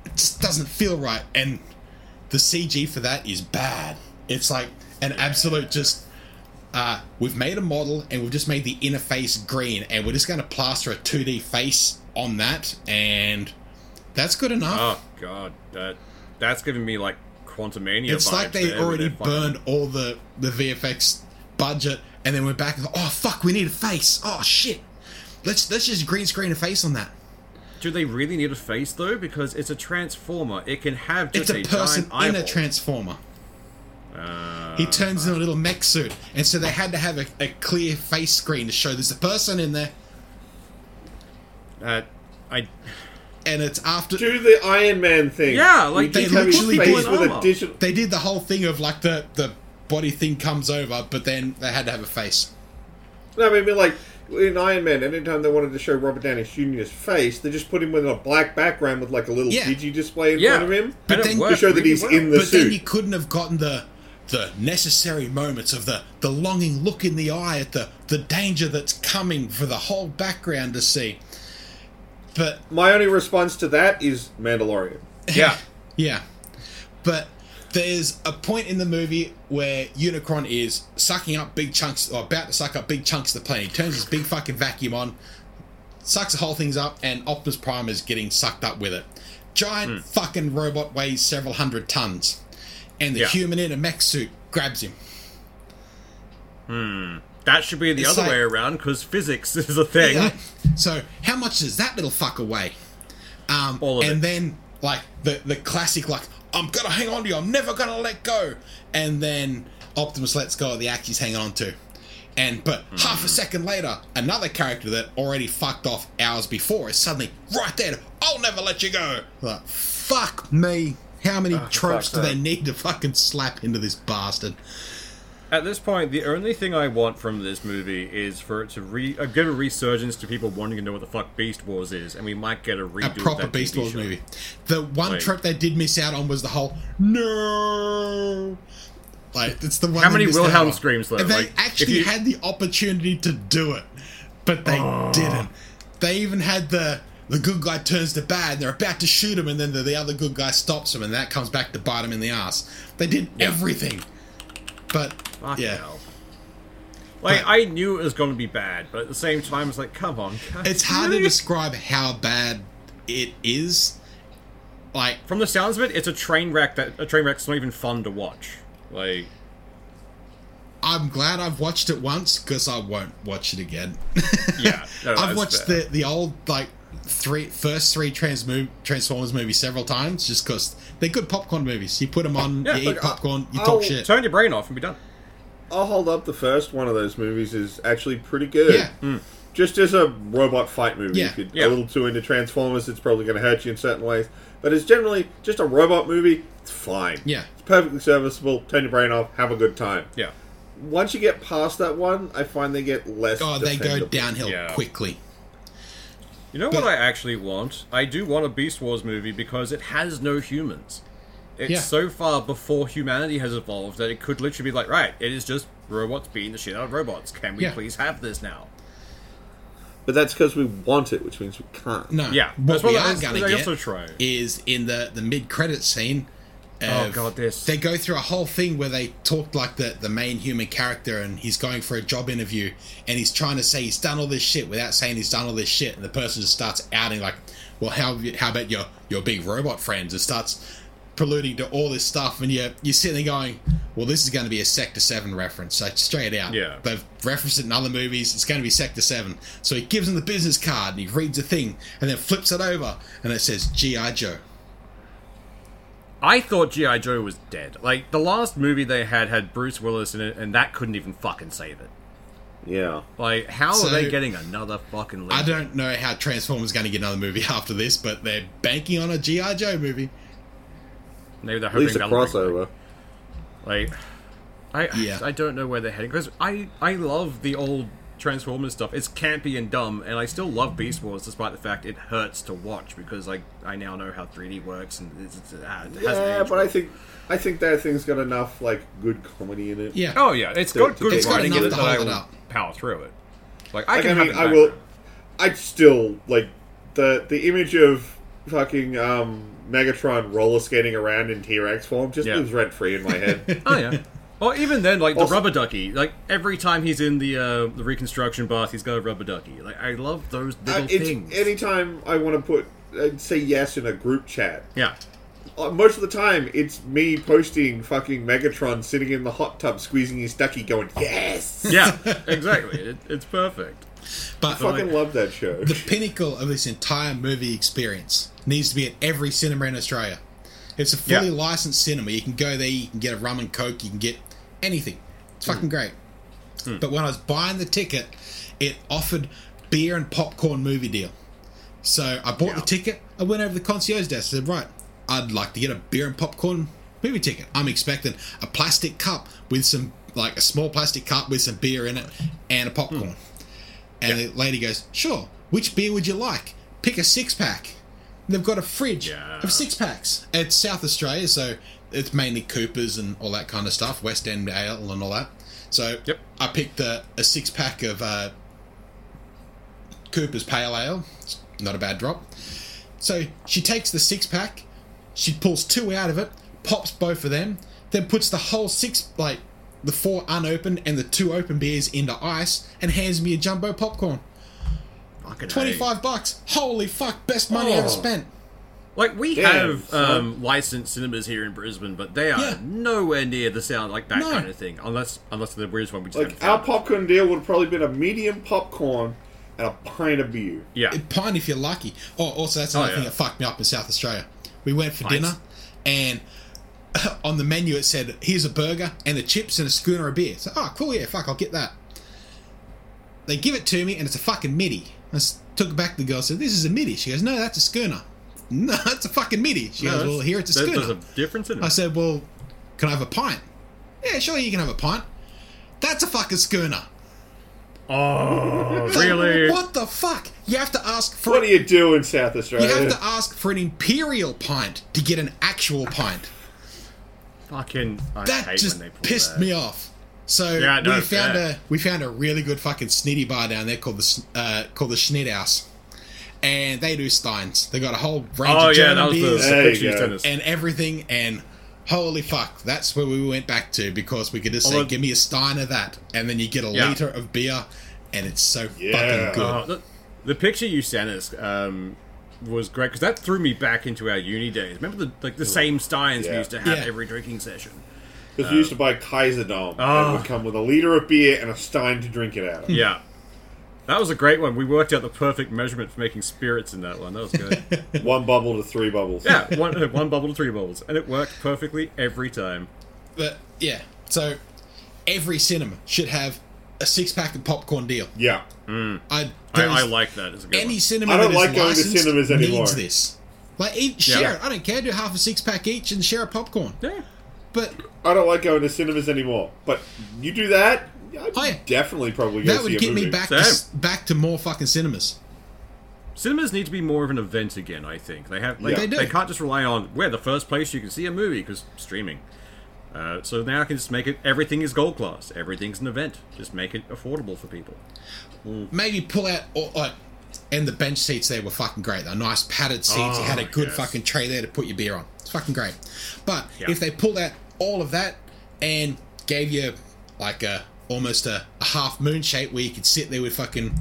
Speaker 4: it just doesn't feel right and the CG for that is bad it's like an absolute just uh, we've made a model and we've just made the interface green and we're just going to plaster a 2D face on that and that's good enough
Speaker 3: Oh God, that that's giving me like Quantumania.
Speaker 4: it's like
Speaker 3: vibes
Speaker 4: they
Speaker 3: there, with
Speaker 4: already
Speaker 3: their fucking-
Speaker 4: burned all the the VFX budget, and then we're back. And, oh fuck, we need a face. Oh shit, let's let's just green screen a face on that.
Speaker 3: Do they really need a face though? Because it's a transformer. It can have
Speaker 4: It's
Speaker 3: just
Speaker 4: a person
Speaker 3: giant
Speaker 4: in a
Speaker 3: eyeball.
Speaker 4: transformer.
Speaker 3: Uh,
Speaker 4: He turns into a little mech suit, and so they had to have a, a clear face screen to show there's a person in there,
Speaker 3: uh, I
Speaker 4: and it's after
Speaker 2: Do the Iron Man thing.
Speaker 3: Yeah,
Speaker 2: We
Speaker 3: like,
Speaker 4: they
Speaker 2: just have his
Speaker 4: literally
Speaker 2: face
Speaker 4: put
Speaker 2: with a
Speaker 3: armor.
Speaker 2: digital.
Speaker 4: they did the whole thing of like the the body thing comes over, but then they had to have a face.
Speaker 2: No, I mean like in Iron Man, anytime they wanted to show Robert Downey Jr.'s face, they just put him in a black background with like a little
Speaker 4: Yeah.
Speaker 2: digi display in
Speaker 3: yeah,
Speaker 2: front of him.
Speaker 3: and
Speaker 4: But
Speaker 3: it
Speaker 4: then-
Speaker 3: worked
Speaker 2: To show that
Speaker 3: really
Speaker 2: he's
Speaker 3: well.
Speaker 2: in the
Speaker 4: but then
Speaker 2: suit.
Speaker 4: you couldn't have gotten the the necessary moments of the the longing look in the eye at the the danger that's coming for the whole background to see but
Speaker 2: My only response to that is Mandalorian.
Speaker 3: yeah.
Speaker 4: yeah but there's a point in the movie where Unicron is sucking up big chunks, or about to suck up big chunks of the plane. He turns his big fucking vacuum on, sucks the whole things up, and Optimus Prime is getting sucked up with it. Giant fucking robot weighs several hundred tons, and the
Speaker 3: Yeah.
Speaker 4: human in a mech suit grabs him.
Speaker 3: [laughs] That should be the
Speaker 4: It's
Speaker 3: other
Speaker 4: like-
Speaker 3: way around because physics [laughs] is a thing.
Speaker 4: Yeah. So how much does that little fucker weigh? Um,
Speaker 3: All of
Speaker 4: and
Speaker 3: it.
Speaker 4: then like the the classic like I'm gonna hang on to you. I'm never gonna let go. And then Optimus lets go of the axe he's hanging on to. And but
Speaker 3: Hmm.
Speaker 4: half a second later, another character that already fucked off hours before is suddenly right there. I'll never let you go. Like fuck me. How
Speaker 3: Ah,
Speaker 4: many tropes do
Speaker 3: fuck's
Speaker 4: they
Speaker 3: sake.
Speaker 4: need to fucking slap into this bastard?
Speaker 3: At this point, the only thing I want from this movie is for it to re- uh, give a resurgence to people wanting to know what the fuck Beast Wars is, and we might get a redo
Speaker 4: a
Speaker 3: of
Speaker 4: proper
Speaker 3: that
Speaker 4: Beast
Speaker 3: TV
Speaker 4: Wars
Speaker 3: show.
Speaker 4: movie. The one
Speaker 3: Like-
Speaker 4: trope they did miss out on was the whole no. Like it's the one.
Speaker 3: How
Speaker 4: they
Speaker 3: many
Speaker 4: missed out
Speaker 3: Wilhelm
Speaker 4: on.
Speaker 3: screams, though?
Speaker 4: And They
Speaker 3: Like, if
Speaker 4: actually
Speaker 3: you-
Speaker 4: had the opportunity to do it, but they didn't. They even had the the good guy turns to bad. They're about to shoot him, and then the, the other good guy stops him, and that comes back to bite him in the ass. They did everything, but
Speaker 3: Fuck
Speaker 4: yeah.
Speaker 3: hell. Like,
Speaker 4: But-
Speaker 3: I knew it was going to be bad, but at the same time, it's like, come on. guys.
Speaker 4: It's hard
Speaker 3: [laughs]
Speaker 4: to describe how bad it is. Like
Speaker 3: From the sounds of it, it's a train wreck that a train wreck's not even fun to watch. Like,
Speaker 4: I'm glad I've watched it once because I won't watch it again.
Speaker 3: yeah, no,
Speaker 4: [laughs] I've
Speaker 3: that's
Speaker 4: watched
Speaker 3: fair.
Speaker 4: the the old like three first three Transmo- Transformers movies several times just because they're good popcorn movies. You put them on,
Speaker 3: Yeah,
Speaker 4: you eat
Speaker 3: like, I-
Speaker 4: popcorn, you
Speaker 2: I'll-
Speaker 4: talk shit.
Speaker 3: Turn your brain off and be done.
Speaker 2: I'll hold up the first one of those movies is actually pretty good. Hmm.
Speaker 4: Yeah.
Speaker 2: Just as a robot fight movie,
Speaker 4: Yeah.
Speaker 2: if you're
Speaker 3: Yeah.
Speaker 2: a little too into Transformers, it's probably going to hurt you in certain ways. But it's generally just a robot movie. It's fine.
Speaker 4: Yeah.
Speaker 2: it's perfectly serviceable. Turn your brain off. Have a good time.
Speaker 3: Yeah.
Speaker 2: Once you get past that one, I find they get less.
Speaker 4: oh, they go
Speaker 2: defendable.
Speaker 4: downhill
Speaker 3: Yeah.
Speaker 4: quickly.
Speaker 3: You know
Speaker 4: But-
Speaker 3: what I actually want? I do want a Beast Wars movie because it has no humans. It's
Speaker 4: Yeah.
Speaker 3: so far before humanity has evolved that it could literally be like, right, it is just robots beating the shit out of robots. Can we
Speaker 4: Yeah.
Speaker 3: please have this now?
Speaker 2: But that's because we want it, which means we can't.
Speaker 4: No.
Speaker 3: Yeah,
Speaker 4: What
Speaker 3: that's what
Speaker 4: we
Speaker 3: I
Speaker 4: are
Speaker 3: was-
Speaker 4: gonna
Speaker 3: I
Speaker 4: get
Speaker 3: also try.
Speaker 4: is in the the mid credit scene.
Speaker 3: Oh,
Speaker 4: of-
Speaker 3: God, this.
Speaker 4: They go through a whole thing where they talk like the the main human character, and he's going for a job interview, and he's trying to say he's done all this shit without saying he's done all this shit, and the person just starts outing like, "Well, how have you- how about your your big robot friends?" and starts preluding to all this stuff, and you're you're sitting there going, "Well, this is going to be a Sector Seven reference, like straight out."
Speaker 3: Yeah.
Speaker 4: They've referenced it in other movies. It's going to be Sector 7. So he gives him the business card and he reads the thing and then flips it over and it says G.I. Joe.
Speaker 3: I thought G.I. Joe was dead. Like, the last movie they had had Bruce Willis in it, and that couldn't even fucking save it.
Speaker 2: Yeah.
Speaker 3: Like, how
Speaker 4: So-
Speaker 3: are they getting another fucking
Speaker 4: I
Speaker 3: lead?
Speaker 4: don't know how Transformers is going to get another movie [laughs] after this, but they're banking on a G.I. Joe movie.
Speaker 3: Maybe they're
Speaker 2: At
Speaker 3: hoping
Speaker 2: least a
Speaker 3: that'll bring
Speaker 2: crossover.
Speaker 3: Like, I
Speaker 4: Yeah.
Speaker 3: I don't know where they're heading because I I love the old Transformers stuff. It's campy and dumb, and I still love Beast Wars despite the fact it hurts to watch because I I now know how 3D works and it's, it's, ah, it hasn't
Speaker 2: Yeah,
Speaker 3: aged
Speaker 2: but I
Speaker 3: well.
Speaker 2: think I think that thing's got enough like good comedy in it.
Speaker 4: Yeah.
Speaker 3: oh yeah, it's got good
Speaker 2: It's got
Speaker 3: writing in it
Speaker 4: enough
Speaker 3: that
Speaker 4: to
Speaker 3: I
Speaker 4: hold it
Speaker 3: will
Speaker 4: up.
Speaker 3: power through it. Like I
Speaker 2: Like, I,
Speaker 3: can have
Speaker 2: mean,
Speaker 3: it
Speaker 2: I
Speaker 3: back.
Speaker 2: will. I still like the the image of fucking um, Megatron roller skating around in T Rex form just
Speaker 3: Yeah.
Speaker 2: lives rent free in my head. [laughs]
Speaker 3: Oh yeah. Or even then, like
Speaker 2: Also-
Speaker 3: the rubber ducky. Like every time he's in the uh, the reconstruction bath, he's got a rubber ducky. Like I love those
Speaker 2: Uh,
Speaker 3: little
Speaker 2: it's-
Speaker 3: things.
Speaker 2: anytime I want to put uh, say yes in a group chat,
Speaker 3: yeah,
Speaker 2: uh, most of the time it's me posting fucking Megatron sitting in the hot tub squeezing his ducky, going
Speaker 3: [laughs]
Speaker 2: yes. [laughs]
Speaker 3: yeah, exactly. It, it's perfect.
Speaker 2: I
Speaker 4: But
Speaker 2: fucking love that show.
Speaker 4: the pinnacle of this entire movie experience needs to be at every cinema in Australia. It's a fully
Speaker 3: Yeah.
Speaker 4: licensed cinema. You can go there, you can get a rum and coke, you can get anything. It's fucking great. But when I was buying the ticket, it offered beer and popcorn movie deal. So I bought the ticket. I went over to the concierge desk. I said, "Right, I'd like to get a beer and popcorn movie ticket. I'm expecting a plastic cup with some, like a small plastic cup with some beer in it and a popcorn." And the lady goes, Sure, which beer would you like? Pick a six pack. They've got a fridge
Speaker 3: Yeah.
Speaker 4: of six packs. It's South Australia, so it's mainly Coopers and all that kind of stuff, West End Ale and all that. So
Speaker 3: Yep.
Speaker 4: I picked a, a six pack of uh, Cooper's Pale Ale. It's not a bad drop. So she takes the six pack, she pulls two out of it, pops both of them, then puts the whole six, like the four unopened and the two open beers into ice, and hands me a jumbo popcorn.
Speaker 3: Fucking A.
Speaker 4: 25 bucks. Holy fuck, best money
Speaker 3: Oh.
Speaker 4: ever spent.
Speaker 3: Like we
Speaker 2: Yeah,
Speaker 3: have
Speaker 2: so-
Speaker 3: um, licensed cinemas here in Brisbane, but they are
Speaker 4: Yeah.
Speaker 3: nowhere near the sound like that
Speaker 4: No.
Speaker 3: kind of thing. Unless, unless the weirdest one we just
Speaker 2: like
Speaker 3: haven't
Speaker 2: our
Speaker 3: found.
Speaker 2: popcorn deal would have probably been a medium popcorn and a pint of beer.
Speaker 3: Yeah,
Speaker 4: A pint if you're lucky. Oh, also, that's
Speaker 3: Oh,
Speaker 4: another
Speaker 3: yeah.
Speaker 4: thing that fucked me up in South Australia. We went for
Speaker 3: Pints.
Speaker 4: dinner, and [laughs] on the menu it said, "Here's a burger and a chips and a schooner of beer." So, oh, cool, yeah, fuck, I'll get that. They give it to me, and it's a fucking midi. I s- took it back to the girl. Said, "This is a midi." She goes, "No, that's a schooner." [laughs] No, that's a fucking midi. She
Speaker 3: No,
Speaker 4: goes,
Speaker 3: that's-
Speaker 4: "Well, here it's a
Speaker 3: there-
Speaker 4: schooner."
Speaker 3: There's a difference in it.
Speaker 4: I said, "Well, can I have a pint?" Yeah, sure, you can have a pint. That's a fucking schooner.
Speaker 3: oh, really?
Speaker 4: [laughs] What the fuck? You have to ask for
Speaker 2: What do you do in South Australia?
Speaker 4: You have to ask for an imperial pint to get an actual pint.
Speaker 3: Fucking. I
Speaker 4: That
Speaker 3: hate
Speaker 4: just
Speaker 3: when they pull
Speaker 4: pissed
Speaker 3: that.
Speaker 4: me off. So
Speaker 3: Yeah, no,
Speaker 4: we found
Speaker 3: fair.
Speaker 4: a we found a really good fucking snitty bar down there called the Sn- uh, called the Schnitthaus, and they do steins. They got a whole range
Speaker 3: Oh
Speaker 4: of
Speaker 3: yeah,
Speaker 4: German
Speaker 3: that was the,
Speaker 4: beers
Speaker 3: the
Speaker 2: There you
Speaker 3: picture you
Speaker 2: go.
Speaker 3: sent us.
Speaker 4: and everything. And holy fuck, that's where we went back to because we could just say,
Speaker 3: Although-
Speaker 4: "Give me a stein of that," and then you get a
Speaker 3: Oh, Yeah.
Speaker 4: liter of beer, and it's so
Speaker 2: Yeah.
Speaker 4: fucking good.
Speaker 3: Uh, the, the picture you sent us um, was great because that threw me back into our uni days. Remember the like the same steins we
Speaker 2: Yeah.
Speaker 3: used to have
Speaker 4: Yeah.
Speaker 3: every drinking session.
Speaker 2: Because we used to buy Kaiserdom.
Speaker 4: Ah.
Speaker 2: and it would come with a liter of beer and a stein to drink it out of.
Speaker 3: Yeah, that was a great one. We worked out the perfect measurement for making spirits in that one.
Speaker 4: [laughs]
Speaker 3: That was good.
Speaker 2: One bubble to three bubbles.
Speaker 3: yeah, one uh, one bubble to three bubbles, and it worked perfectly every time.
Speaker 4: But yeah, so every cinema should have a six pack of popcorn deal.
Speaker 2: Yeah.
Speaker 4: I,
Speaker 3: I, I like that. It's a good
Speaker 4: any
Speaker 3: one.
Speaker 4: cinema.
Speaker 2: I don't
Speaker 4: that is
Speaker 2: like going to
Speaker 4: licensed
Speaker 2: cinemas anymore.
Speaker 4: Needs this. Like eat,
Speaker 3: Yeah.
Speaker 4: share it. I don't care. Do half a six pack each and share a popcorn.
Speaker 3: Yeah.
Speaker 4: But
Speaker 2: I don't like going to cinemas anymore. But you do that, I'd
Speaker 4: Oh, yeah.
Speaker 2: definitely probably go
Speaker 4: that
Speaker 2: see
Speaker 4: would
Speaker 2: a
Speaker 4: get
Speaker 2: movie.
Speaker 4: me back to,
Speaker 3: Same.
Speaker 4: s- back to more fucking cinemas.
Speaker 3: cinemas need to be more of an event again. I think they have. Like,
Speaker 2: Yeah.
Speaker 3: they,
Speaker 2: They
Speaker 4: do.
Speaker 3: can't just rely on we're the first place you can see a movie because streaming. Uh, so now I can just make it. Everything is gold class. Everything's an event. Just make it affordable for people.
Speaker 4: Maybe pull out or like, and the bench seats there were fucking great. They're nice padded seats. you had a
Speaker 3: Oh,
Speaker 4: good
Speaker 3: yes.
Speaker 4: fucking tray there to put your beer on. It's fucking great. But
Speaker 3: Yeah.
Speaker 4: if they pulled out all of that and gave you like a almost a, a half moon shape where you could sit there with fucking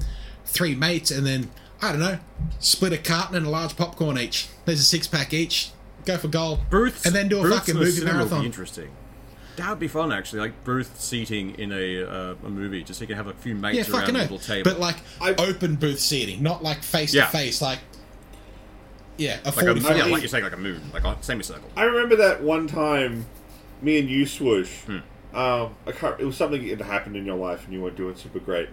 Speaker 4: three mates and then I don't know, split a carton and a large popcorn each. There's a six pack each. Go for gold.
Speaker 3: Booths
Speaker 4: and then do a
Speaker 3: booths
Speaker 4: fucking
Speaker 3: in a
Speaker 4: movie
Speaker 3: cinema Would be
Speaker 4: marathon.
Speaker 3: interesting. That would be fun, actually. Like booth seating in a uh, a movie, just so you can have a few mates
Speaker 4: Yeah,
Speaker 3: around
Speaker 4: fucking
Speaker 3: a
Speaker 4: no.
Speaker 3: little table.
Speaker 4: But like
Speaker 2: I-
Speaker 4: open booth seating, not like face
Speaker 3: Yeah.
Speaker 4: to face, like yeah, a
Speaker 3: like a,
Speaker 4: forty
Speaker 3: yeah,
Speaker 2: I-
Speaker 3: like you say, like a moon, like a semicircle.
Speaker 2: I remember that one time, me and you swoosh.
Speaker 4: Hmm.
Speaker 2: Um, I can't, it was something that happened in your life, and you weren't doing super great.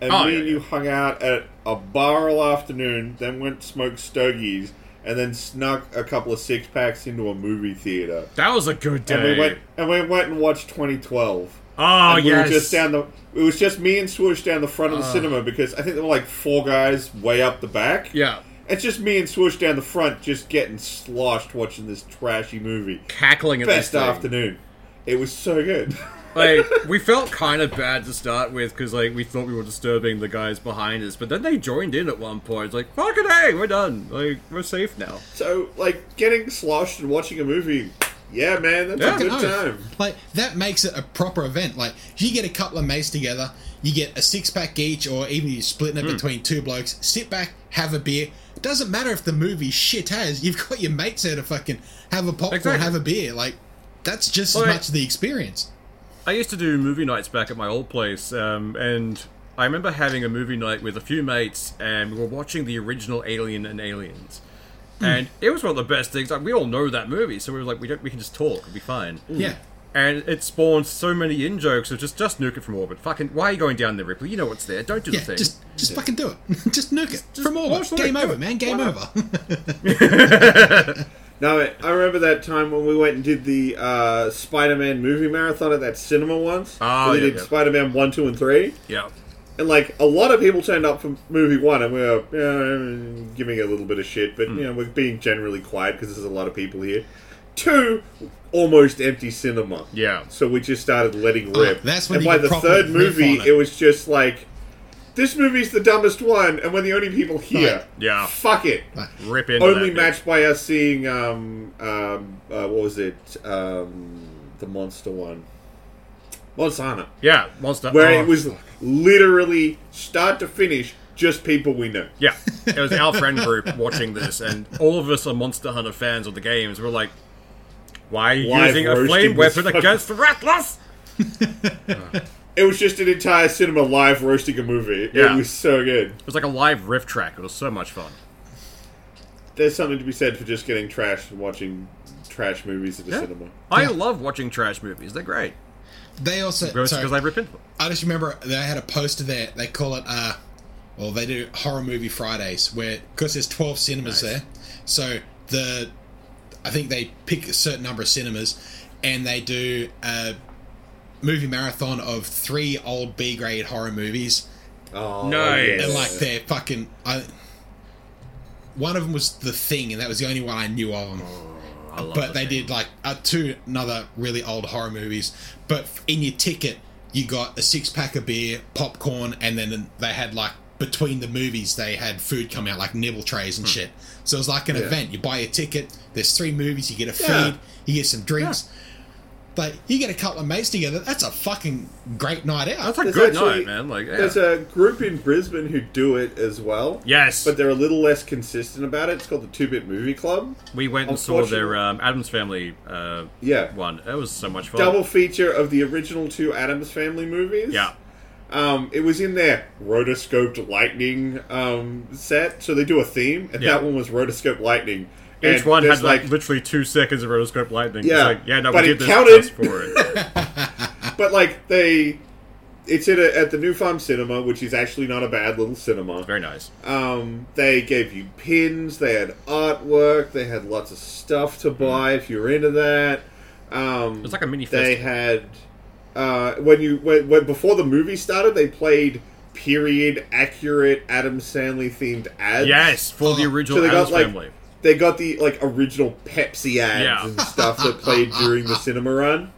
Speaker 2: And
Speaker 3: Oh,
Speaker 2: me
Speaker 3: yeah,
Speaker 2: and
Speaker 3: yeah.
Speaker 2: you hung out at a bar all afternoon, then went smoked stogies, and then snuck a couple of six packs into a movie theater.
Speaker 3: That was a good day.
Speaker 2: And we went and we went and watched 2012.
Speaker 3: oh
Speaker 2: And we
Speaker 3: yes. Uh.
Speaker 2: were just down the. It was just me and Swoosh down the front of the cinema because I think there were like four guys way up the back.
Speaker 3: yeah.
Speaker 2: It's just me and Swoosh down the front, just getting sloshed watching this trashy movie.
Speaker 3: Cackling at
Speaker 2: Best
Speaker 3: this thing.
Speaker 2: afternoon. It was so good. [laughs]
Speaker 3: like we felt kind of bad to start with because like we thought we were disturbing the guys behind us, but then they joined in at one point. It's like fucking hey, we're done. Like we're safe now.
Speaker 2: so, like, getting sloshed and watching a movie. Yeah, man, that's
Speaker 3: Yeah.
Speaker 2: a good
Speaker 4: No.
Speaker 2: time.
Speaker 4: Like that makes it a proper event. Like you get a couple of mates together, you get a six pack each, or even you're splitting it
Speaker 3: Hmm.
Speaker 4: between two blokes. Sit back, have a beer. Doesn't matter if the movie shit has. You've got your mates there to fucking have a popcorn,
Speaker 3: Exactly.
Speaker 4: have a beer. Like that's just
Speaker 3: Well,
Speaker 4: as
Speaker 3: I-
Speaker 4: much of the experience.
Speaker 3: I used to do movie nights back at my old place, um, and I remember having a movie night with a few mates, and we were watching the original Alien and Aliens.
Speaker 4: Hmm.
Speaker 3: And it was one of the best things. Like we all know that movie, so we were like, we don't, we can just talk, it'll be fine.
Speaker 4: Hmm. Yeah.
Speaker 3: And it spawned so many in jokes of just, just nuke it from orbit. Fucking, why are you going down there, Ripley? You know what's there. Don't do
Speaker 4: Yeah,
Speaker 3: the thing.
Speaker 4: just just fucking do it. [laughs] just nuke it from orbit.
Speaker 3: watch the
Speaker 4: Game
Speaker 3: nuke, do
Speaker 4: over,
Speaker 3: it.
Speaker 4: man. Game
Speaker 3: Why
Speaker 4: over. [laughs]
Speaker 2: No, I- I remember that time when we went and did the uh, Spider Man movie marathon at that cinema once.
Speaker 3: Ah,
Speaker 2: where they
Speaker 3: yeah,
Speaker 2: did
Speaker 3: yeah.
Speaker 2: Spider Man 1, 2, and 3.
Speaker 3: yeah.
Speaker 2: And like a lot of people turned up for movie one, and we were you know, giving it a little bit of shit,
Speaker 3: Hmm.
Speaker 2: but you know we're being generally quiet because there's a lot of people here. Two, almost empty cinema.
Speaker 3: Yeah.
Speaker 2: So we just started letting rip.
Speaker 4: Ah, that's when
Speaker 2: and
Speaker 4: you
Speaker 2: by
Speaker 4: can
Speaker 2: the
Speaker 4: properly
Speaker 2: third
Speaker 4: riff
Speaker 2: movie,
Speaker 4: on
Speaker 2: it.
Speaker 4: it.
Speaker 2: was just like, this movie's the dumbest one, and we're the only people here.
Speaker 4: Right.
Speaker 3: Yeah.
Speaker 2: Fuck it.
Speaker 3: Rip into
Speaker 2: Only
Speaker 3: that bit.
Speaker 2: matched by us seeing um um uh, what was it um the monster one, Monsanto
Speaker 3: Yeah, monster.
Speaker 2: where
Speaker 3: oh,
Speaker 2: it was literally start to finish just people we know.
Speaker 3: [laughs] Yeah, it was our friend group watching this, and all of us are Monster Hunter fans of the games. We're like, why are you
Speaker 2: Live
Speaker 3: using a
Speaker 2: roasting
Speaker 3: flame
Speaker 2: this
Speaker 3: weapon
Speaker 2: fucking-
Speaker 3: against the Rattlers?
Speaker 2: It was just an entire cinema live roasting a movie.
Speaker 3: Yeah.
Speaker 2: It was so good.
Speaker 3: It was like a live riff track. It was so much fun.
Speaker 2: There's something to be said for just getting trashed and watching trash movies at the cinema.
Speaker 3: I
Speaker 4: Yeah.
Speaker 3: love watching trash movies. They're great
Speaker 4: they also
Speaker 3: because
Speaker 4: sorry.
Speaker 3: I rip into them.
Speaker 4: I just remember they had a poster there. They call it, uh, well, they do horror movie Fridays where because there's 12 cinemas there, so the I think they pick a certain number of cinemas and they do a movie marathon of three old B grade horror movies
Speaker 2: Oh,
Speaker 3: Nice.
Speaker 4: and
Speaker 2: yeah.
Speaker 4: like they're fucking. I, one of them was The Thing, and that was the only one I knew of. Them
Speaker 3: I love
Speaker 4: but
Speaker 3: The
Speaker 4: they
Speaker 3: Thing.
Speaker 4: did like uh, two another really old horror movies. But in your ticket, you got a six pack of beer, popcorn, and then they had like between the movies they had food come out like nibble trays and shit. So it was like an event. You buy a ticket. There's three movies. You get a
Speaker 2: Yeah.
Speaker 4: feed. You get some drinks. But you get a couple of mates together. That's a fucking great night out.
Speaker 3: That's a
Speaker 2: There's
Speaker 3: good
Speaker 2: actually-
Speaker 3: night, man. Like, yeah.
Speaker 2: There's a group in Brisbane who do it as well.
Speaker 3: yes,
Speaker 2: But they're a little less consistent about it. It's called the Two Bit Movie Club.
Speaker 3: we went and saw their
Speaker 2: Unfortunately-
Speaker 3: um, Adams Family uh,
Speaker 2: Yeah.
Speaker 3: one. It was so much fun.
Speaker 2: Double feature of the original two Adams Family movies.
Speaker 3: Yeah,
Speaker 2: Um, it was in their rotoscoped lightning um, set, so they do a theme, and
Speaker 3: Yeah.
Speaker 2: that one was rotoscope lightning.
Speaker 3: each
Speaker 2: And
Speaker 3: one
Speaker 2: there's,
Speaker 3: had like, literally two seconds of rotoscope lightning. It's
Speaker 2: Yeah,
Speaker 3: like, yeah. No,
Speaker 2: but
Speaker 3: we
Speaker 2: it
Speaker 3: did this
Speaker 2: counted.
Speaker 3: just for it.
Speaker 2: but like they, it's in a, at the New Farm Cinema, which is actually not a bad little cinema.
Speaker 3: Very nice.
Speaker 2: Um, they gave you pins, they had artwork, they had lots of stuff to buy if you're into that. Um,
Speaker 3: Mm-hmm. It's like a mini
Speaker 2: They
Speaker 3: festival.
Speaker 2: had uh, when you when, when before the movie started, they played period accurate Adam Sandler themed ads.
Speaker 3: Yes, for the
Speaker 4: Oh.
Speaker 3: original
Speaker 2: So they
Speaker 3: Addams
Speaker 2: got like
Speaker 3: Family.
Speaker 2: they got the like original Pepsi ads
Speaker 3: Yeah.
Speaker 2: and stuff that played during the cinema run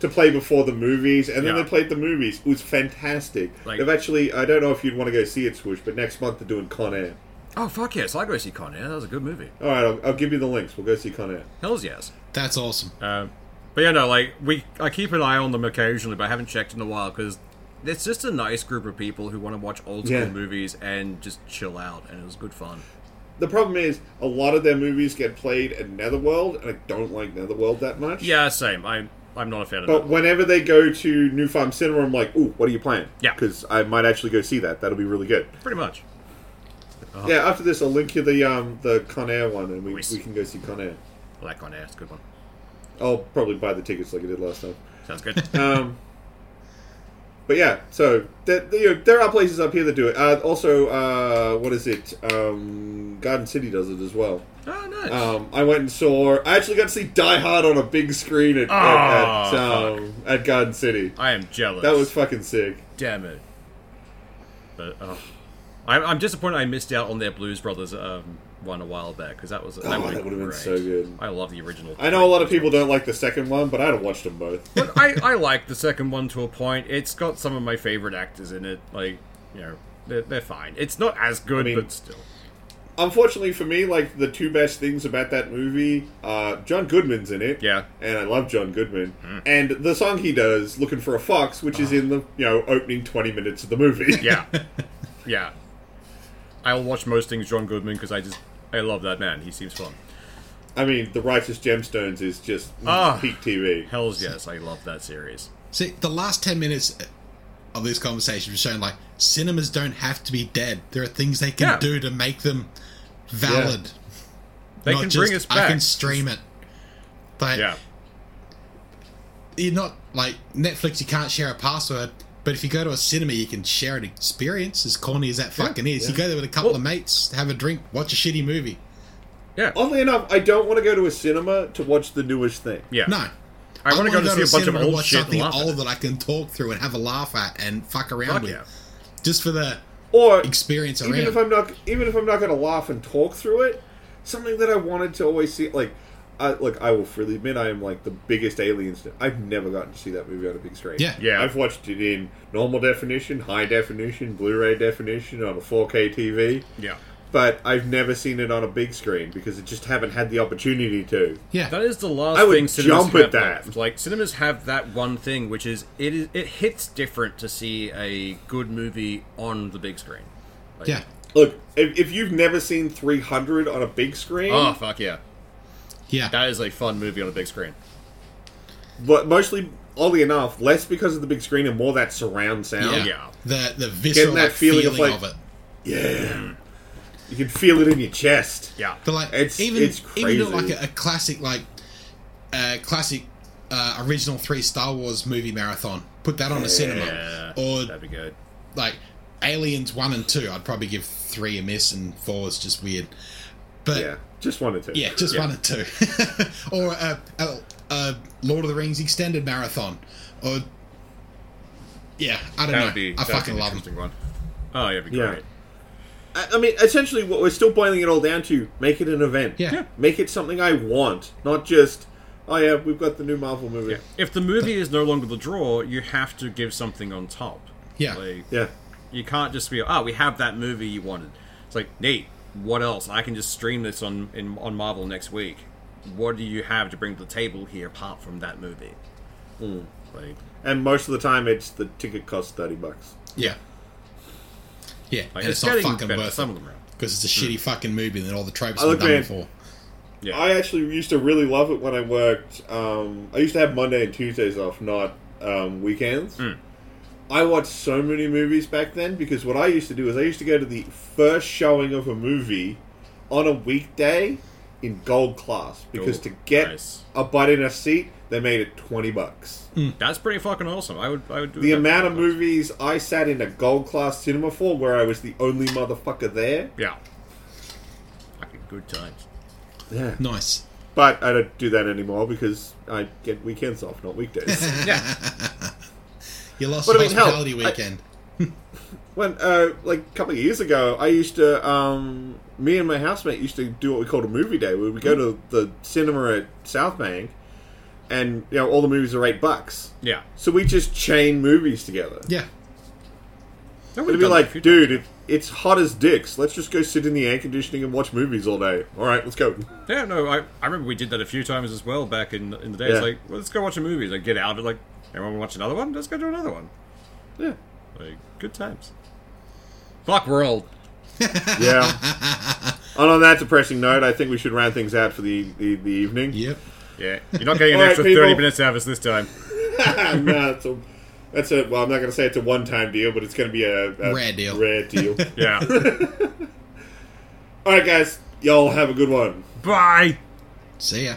Speaker 2: to play before the movies, and then
Speaker 3: Yeah.
Speaker 2: they played the movies. It was fantastic.
Speaker 3: Like-
Speaker 2: They've actually I don't know if you'd want to go see it, Swoosh, but next month they're doing Con Air.
Speaker 3: Oh fuck yes, I go see Con Air. That was a good movie.
Speaker 2: All right, I'll, I'll give you the links. We'll go see Con Air.
Speaker 3: Hell's yes.
Speaker 4: That's awesome.
Speaker 3: Um, but yeah, no, like we, I keep an eye on them occasionally, but I haven't checked in a while because it's just a nice group of people who want to watch old school
Speaker 2: Yeah.
Speaker 3: movies and just chill out, and it was good fun.
Speaker 2: The problem is a lot of their movies get played at Netherworld, and I don't like Netherworld that much.
Speaker 3: Yeah, same. I'm, I'm not a fan of
Speaker 2: But
Speaker 3: that.
Speaker 2: whenever they go to New Farm Cinema, I'm like, ooh, what are you playing?
Speaker 3: Yeah.
Speaker 2: Because I might actually go see that. That'll be really good.
Speaker 3: Pretty much.
Speaker 2: Yeah, after this, I'll link you the um the Con Air one, and we,
Speaker 3: Uh-huh. Nice.
Speaker 2: we can go see Con Air.
Speaker 3: I like Con Air. It's a good one.
Speaker 2: I'll probably buy the tickets like I did last time. [laughs]
Speaker 3: Sounds good.
Speaker 2: Um, but yeah, so there, there, there are places up here that do it. Uh, also, uh, what is it? Um, Garden City does it as well.
Speaker 3: oh, nice.
Speaker 2: Um, I went and saw. I actually got to see Die Hard on a big screen at at, at,
Speaker 3: Ah,
Speaker 2: um, at Garden City.
Speaker 3: I am jealous.
Speaker 2: That was fucking sick.
Speaker 3: damn it. But oh, I'm, I'm disappointed I missed out on their Blues Brothers um, one a while back because that was that,
Speaker 2: Oh, that
Speaker 3: would've
Speaker 2: would've been
Speaker 3: great.
Speaker 2: so good.
Speaker 3: I love the original.
Speaker 2: I know a lot of people don't like the second one, but I'd have watched them both.
Speaker 3: but I, I like the second one to a point. It's got some of my favorite actors in it. Like, you know, they're, they're fine. It's not as good,
Speaker 2: mean-
Speaker 3: but still.
Speaker 2: Unfortunately for me, like the two best things about that movie, uh, John Goodman's in it.
Speaker 3: Yeah. Hmm.
Speaker 2: and I love John Goodman. And the song he does, "Looking for a Fox," which is in the you know opening twenty minutes of the movie.
Speaker 3: Uh-huh. [laughs]
Speaker 2: [laughs]
Speaker 3: Yeah. yeah. I'll watch most things John Goodman because I just. I love that man. He seems fun.
Speaker 2: I mean, "The Righteous Gemstones" is just
Speaker 3: Ah.
Speaker 2: peak TV.
Speaker 3: Hells yes, I love that series.
Speaker 4: See, the last 10 minutes of this conversation was showing like cinemas don't have to be dead. There are things they can
Speaker 3: Yeah.
Speaker 4: do to make them valid.
Speaker 3: They
Speaker 4: Not
Speaker 3: can
Speaker 4: just,
Speaker 3: bring us
Speaker 4: I
Speaker 3: back.
Speaker 4: can stream it. Like,
Speaker 3: yeah.
Speaker 4: You're not like Netflix, you can't share a password. But if you go to a cinema, you can share an experience, as corny as that fucking is. You go there with a couple
Speaker 3: Well-
Speaker 4: of mates, have a drink, watch a shitty movie.
Speaker 3: Yeah.
Speaker 2: Oddly enough, I don't want to go to a cinema to watch the newest thing.
Speaker 3: Yeah.
Speaker 4: No.
Speaker 3: I want to go
Speaker 4: wanna
Speaker 3: to see a bunch of
Speaker 4: cinema to
Speaker 3: old
Speaker 4: watch
Speaker 3: shit. and
Speaker 4: something
Speaker 3: laugh at
Speaker 4: old
Speaker 3: it.
Speaker 4: that I can talk through and have a laugh at and fuck around
Speaker 3: Fuck
Speaker 4: with.
Speaker 3: yeah.
Speaker 4: Just for the
Speaker 2: Or
Speaker 4: experience
Speaker 2: even
Speaker 4: around.
Speaker 2: if I'm not even if I'm not going to laugh and talk through it, something that I wanted to always see. Like, I, look, I will freely admit I am like the biggest aliens. I've never gotten to see that movie on a big screen.
Speaker 4: Yeah.
Speaker 3: Yeah.
Speaker 2: I've watched it in normal definition, high definition, Blu-ray definition on a 4K TV,
Speaker 3: Yeah.
Speaker 2: but I've never seen it on a big screen because I just haven't had the opportunity to.
Speaker 4: yeah.
Speaker 3: That is the last
Speaker 2: I would
Speaker 3: thing cinemas
Speaker 2: jump
Speaker 3: have
Speaker 2: at that.
Speaker 3: left. Like cinemas have that one thing, which is it is it hits different to see a good movie on the big screen. Like,
Speaker 4: yeah.
Speaker 2: Look, if, if you've never seen 300 on a big screen,
Speaker 3: Oh fuck yeah,
Speaker 4: Yeah.
Speaker 3: that is a fun movie on a big screen.
Speaker 2: but mostly, oddly enough, less because of the big screen and more that surround sound.
Speaker 4: Yeah.
Speaker 3: Yeah.
Speaker 4: The the visceral
Speaker 2: that
Speaker 4: like,
Speaker 2: feeling
Speaker 4: feeling,
Speaker 2: of, like-
Speaker 4: of it.
Speaker 2: Yeah. You can feel it in your chest.
Speaker 3: Yeah.
Speaker 4: But like
Speaker 2: It's-
Speaker 4: even
Speaker 2: it's
Speaker 4: even not
Speaker 2: crazy.
Speaker 4: like a, a classic like uh, classic uh, original three Star Wars movie marathon. Put that on a
Speaker 3: Yeah.
Speaker 4: cinema. Or
Speaker 3: That'd be good.
Speaker 4: like Aliens one and two. I'd probably give three a miss and four is just weird. But
Speaker 2: Yeah. Just wanted to.
Speaker 4: Yeah, just
Speaker 3: Yeah.
Speaker 4: one or two, [laughs] or a, a, a Lord of the Rings extended marathon, or yeah, I don't
Speaker 3: That
Speaker 4: know.
Speaker 3: would be.
Speaker 4: I
Speaker 3: that'd be
Speaker 4: fucking
Speaker 3: an
Speaker 4: love them.
Speaker 3: interesting one. Oh yeah, that'd be
Speaker 2: Yeah.
Speaker 3: great.
Speaker 2: I, I mean, essentially, what we're still boiling it all down to: make it an event.
Speaker 4: Yeah. Yeah.
Speaker 2: Make it something I want, not just. Oh yeah, we've got the new Marvel movie. Yeah.
Speaker 3: If the movie is no longer the draw, you have to give something on top.
Speaker 4: Yeah.
Speaker 3: Like, You can't just be, oh, we have that movie you wanted. It's like, neat. What else? I can just stream this on in, on Marvel next week. What do you have to bring to the table here apart from that movie? Hmm. Like,
Speaker 2: And most of the time, it's the ticket costs thirty bucks.
Speaker 4: Yeah, yeah,
Speaker 3: like,
Speaker 4: and
Speaker 3: it's,
Speaker 4: it's, not
Speaker 3: getting
Speaker 4: fucking
Speaker 3: better.
Speaker 4: worth
Speaker 3: Some Hmm. of
Speaker 4: it
Speaker 3: them are.
Speaker 4: because it's a shitty fucking movie that all the tropes
Speaker 2: I
Speaker 4: were
Speaker 2: look
Speaker 4: done
Speaker 2: at-
Speaker 4: before.
Speaker 3: Yeah.
Speaker 2: I actually used to really love it when I worked. Um, I used to have Monday and Tuesdays off, not um, weekends.
Speaker 3: Hmm.
Speaker 2: I watched so many movies back then because what I used to do is I used to go to the first showing of a movie on a weekday in gold class because
Speaker 3: Ooh,
Speaker 2: to get
Speaker 3: nice. Hmm.
Speaker 2: a butt in a seat, they made it twenty bucks.
Speaker 3: That's pretty fucking awesome. I would, I would do
Speaker 2: The
Speaker 3: that.
Speaker 2: amount of movies I sat in a gold class cinema for, where I was the only motherfucker there.
Speaker 3: Yeah. Fucking good times.
Speaker 2: Yeah.
Speaker 4: Nice.
Speaker 2: But I don't do that anymore because I
Speaker 3: [laughs]
Speaker 2: get weekends off, not weekdays.
Speaker 3: Yeah.
Speaker 4: You lost
Speaker 2: But
Speaker 4: the
Speaker 2: I mean, hell,
Speaker 4: hospitality
Speaker 2: I-
Speaker 4: weekend.
Speaker 2: when uh, like a couple of years ago, I used to um, me and my housemate used to do what we called a movie day, where we go to the cinema at South Bank, and you know all the movies are eight bucks,
Speaker 3: Yeah.
Speaker 2: so we just chain movies together.
Speaker 4: Yeah.
Speaker 2: It'd be like, dude, it, it's hot as dicks. Let's just go sit in the air conditioning and watch movies all day. All right, let's
Speaker 4: [laughs]
Speaker 2: go.
Speaker 3: Yeah, no, I, I remember we did that a few times as well back in in the day.
Speaker 2: Yeah.
Speaker 3: It's like, well, let's go watch a movie. Like, get out of it. Like, everyone wanna watch another one? Let's go do another one.
Speaker 2: Yeah,
Speaker 3: Like, good times. Fuck world.
Speaker 2: yeah. and on that depressing note, I think we should round things out for the the, the evening.
Speaker 4: Yep.
Speaker 3: Yeah, you're not getting
Speaker 2: [laughs]
Speaker 3: an
Speaker 2: All right,
Speaker 3: extra
Speaker 2: people.
Speaker 3: 30 minutes out of us this time.
Speaker 2: [laughs] no, that's a, that's a. Well, I'm not going to say it's a one-time deal, but it's going to be a, a
Speaker 4: Rare deal.
Speaker 2: Rare
Speaker 4: [laughs]
Speaker 2: deal. [laughs]
Speaker 3: Yeah.
Speaker 2: All right, guys, y'all have a good one.
Speaker 3: Bye.
Speaker 4: See ya.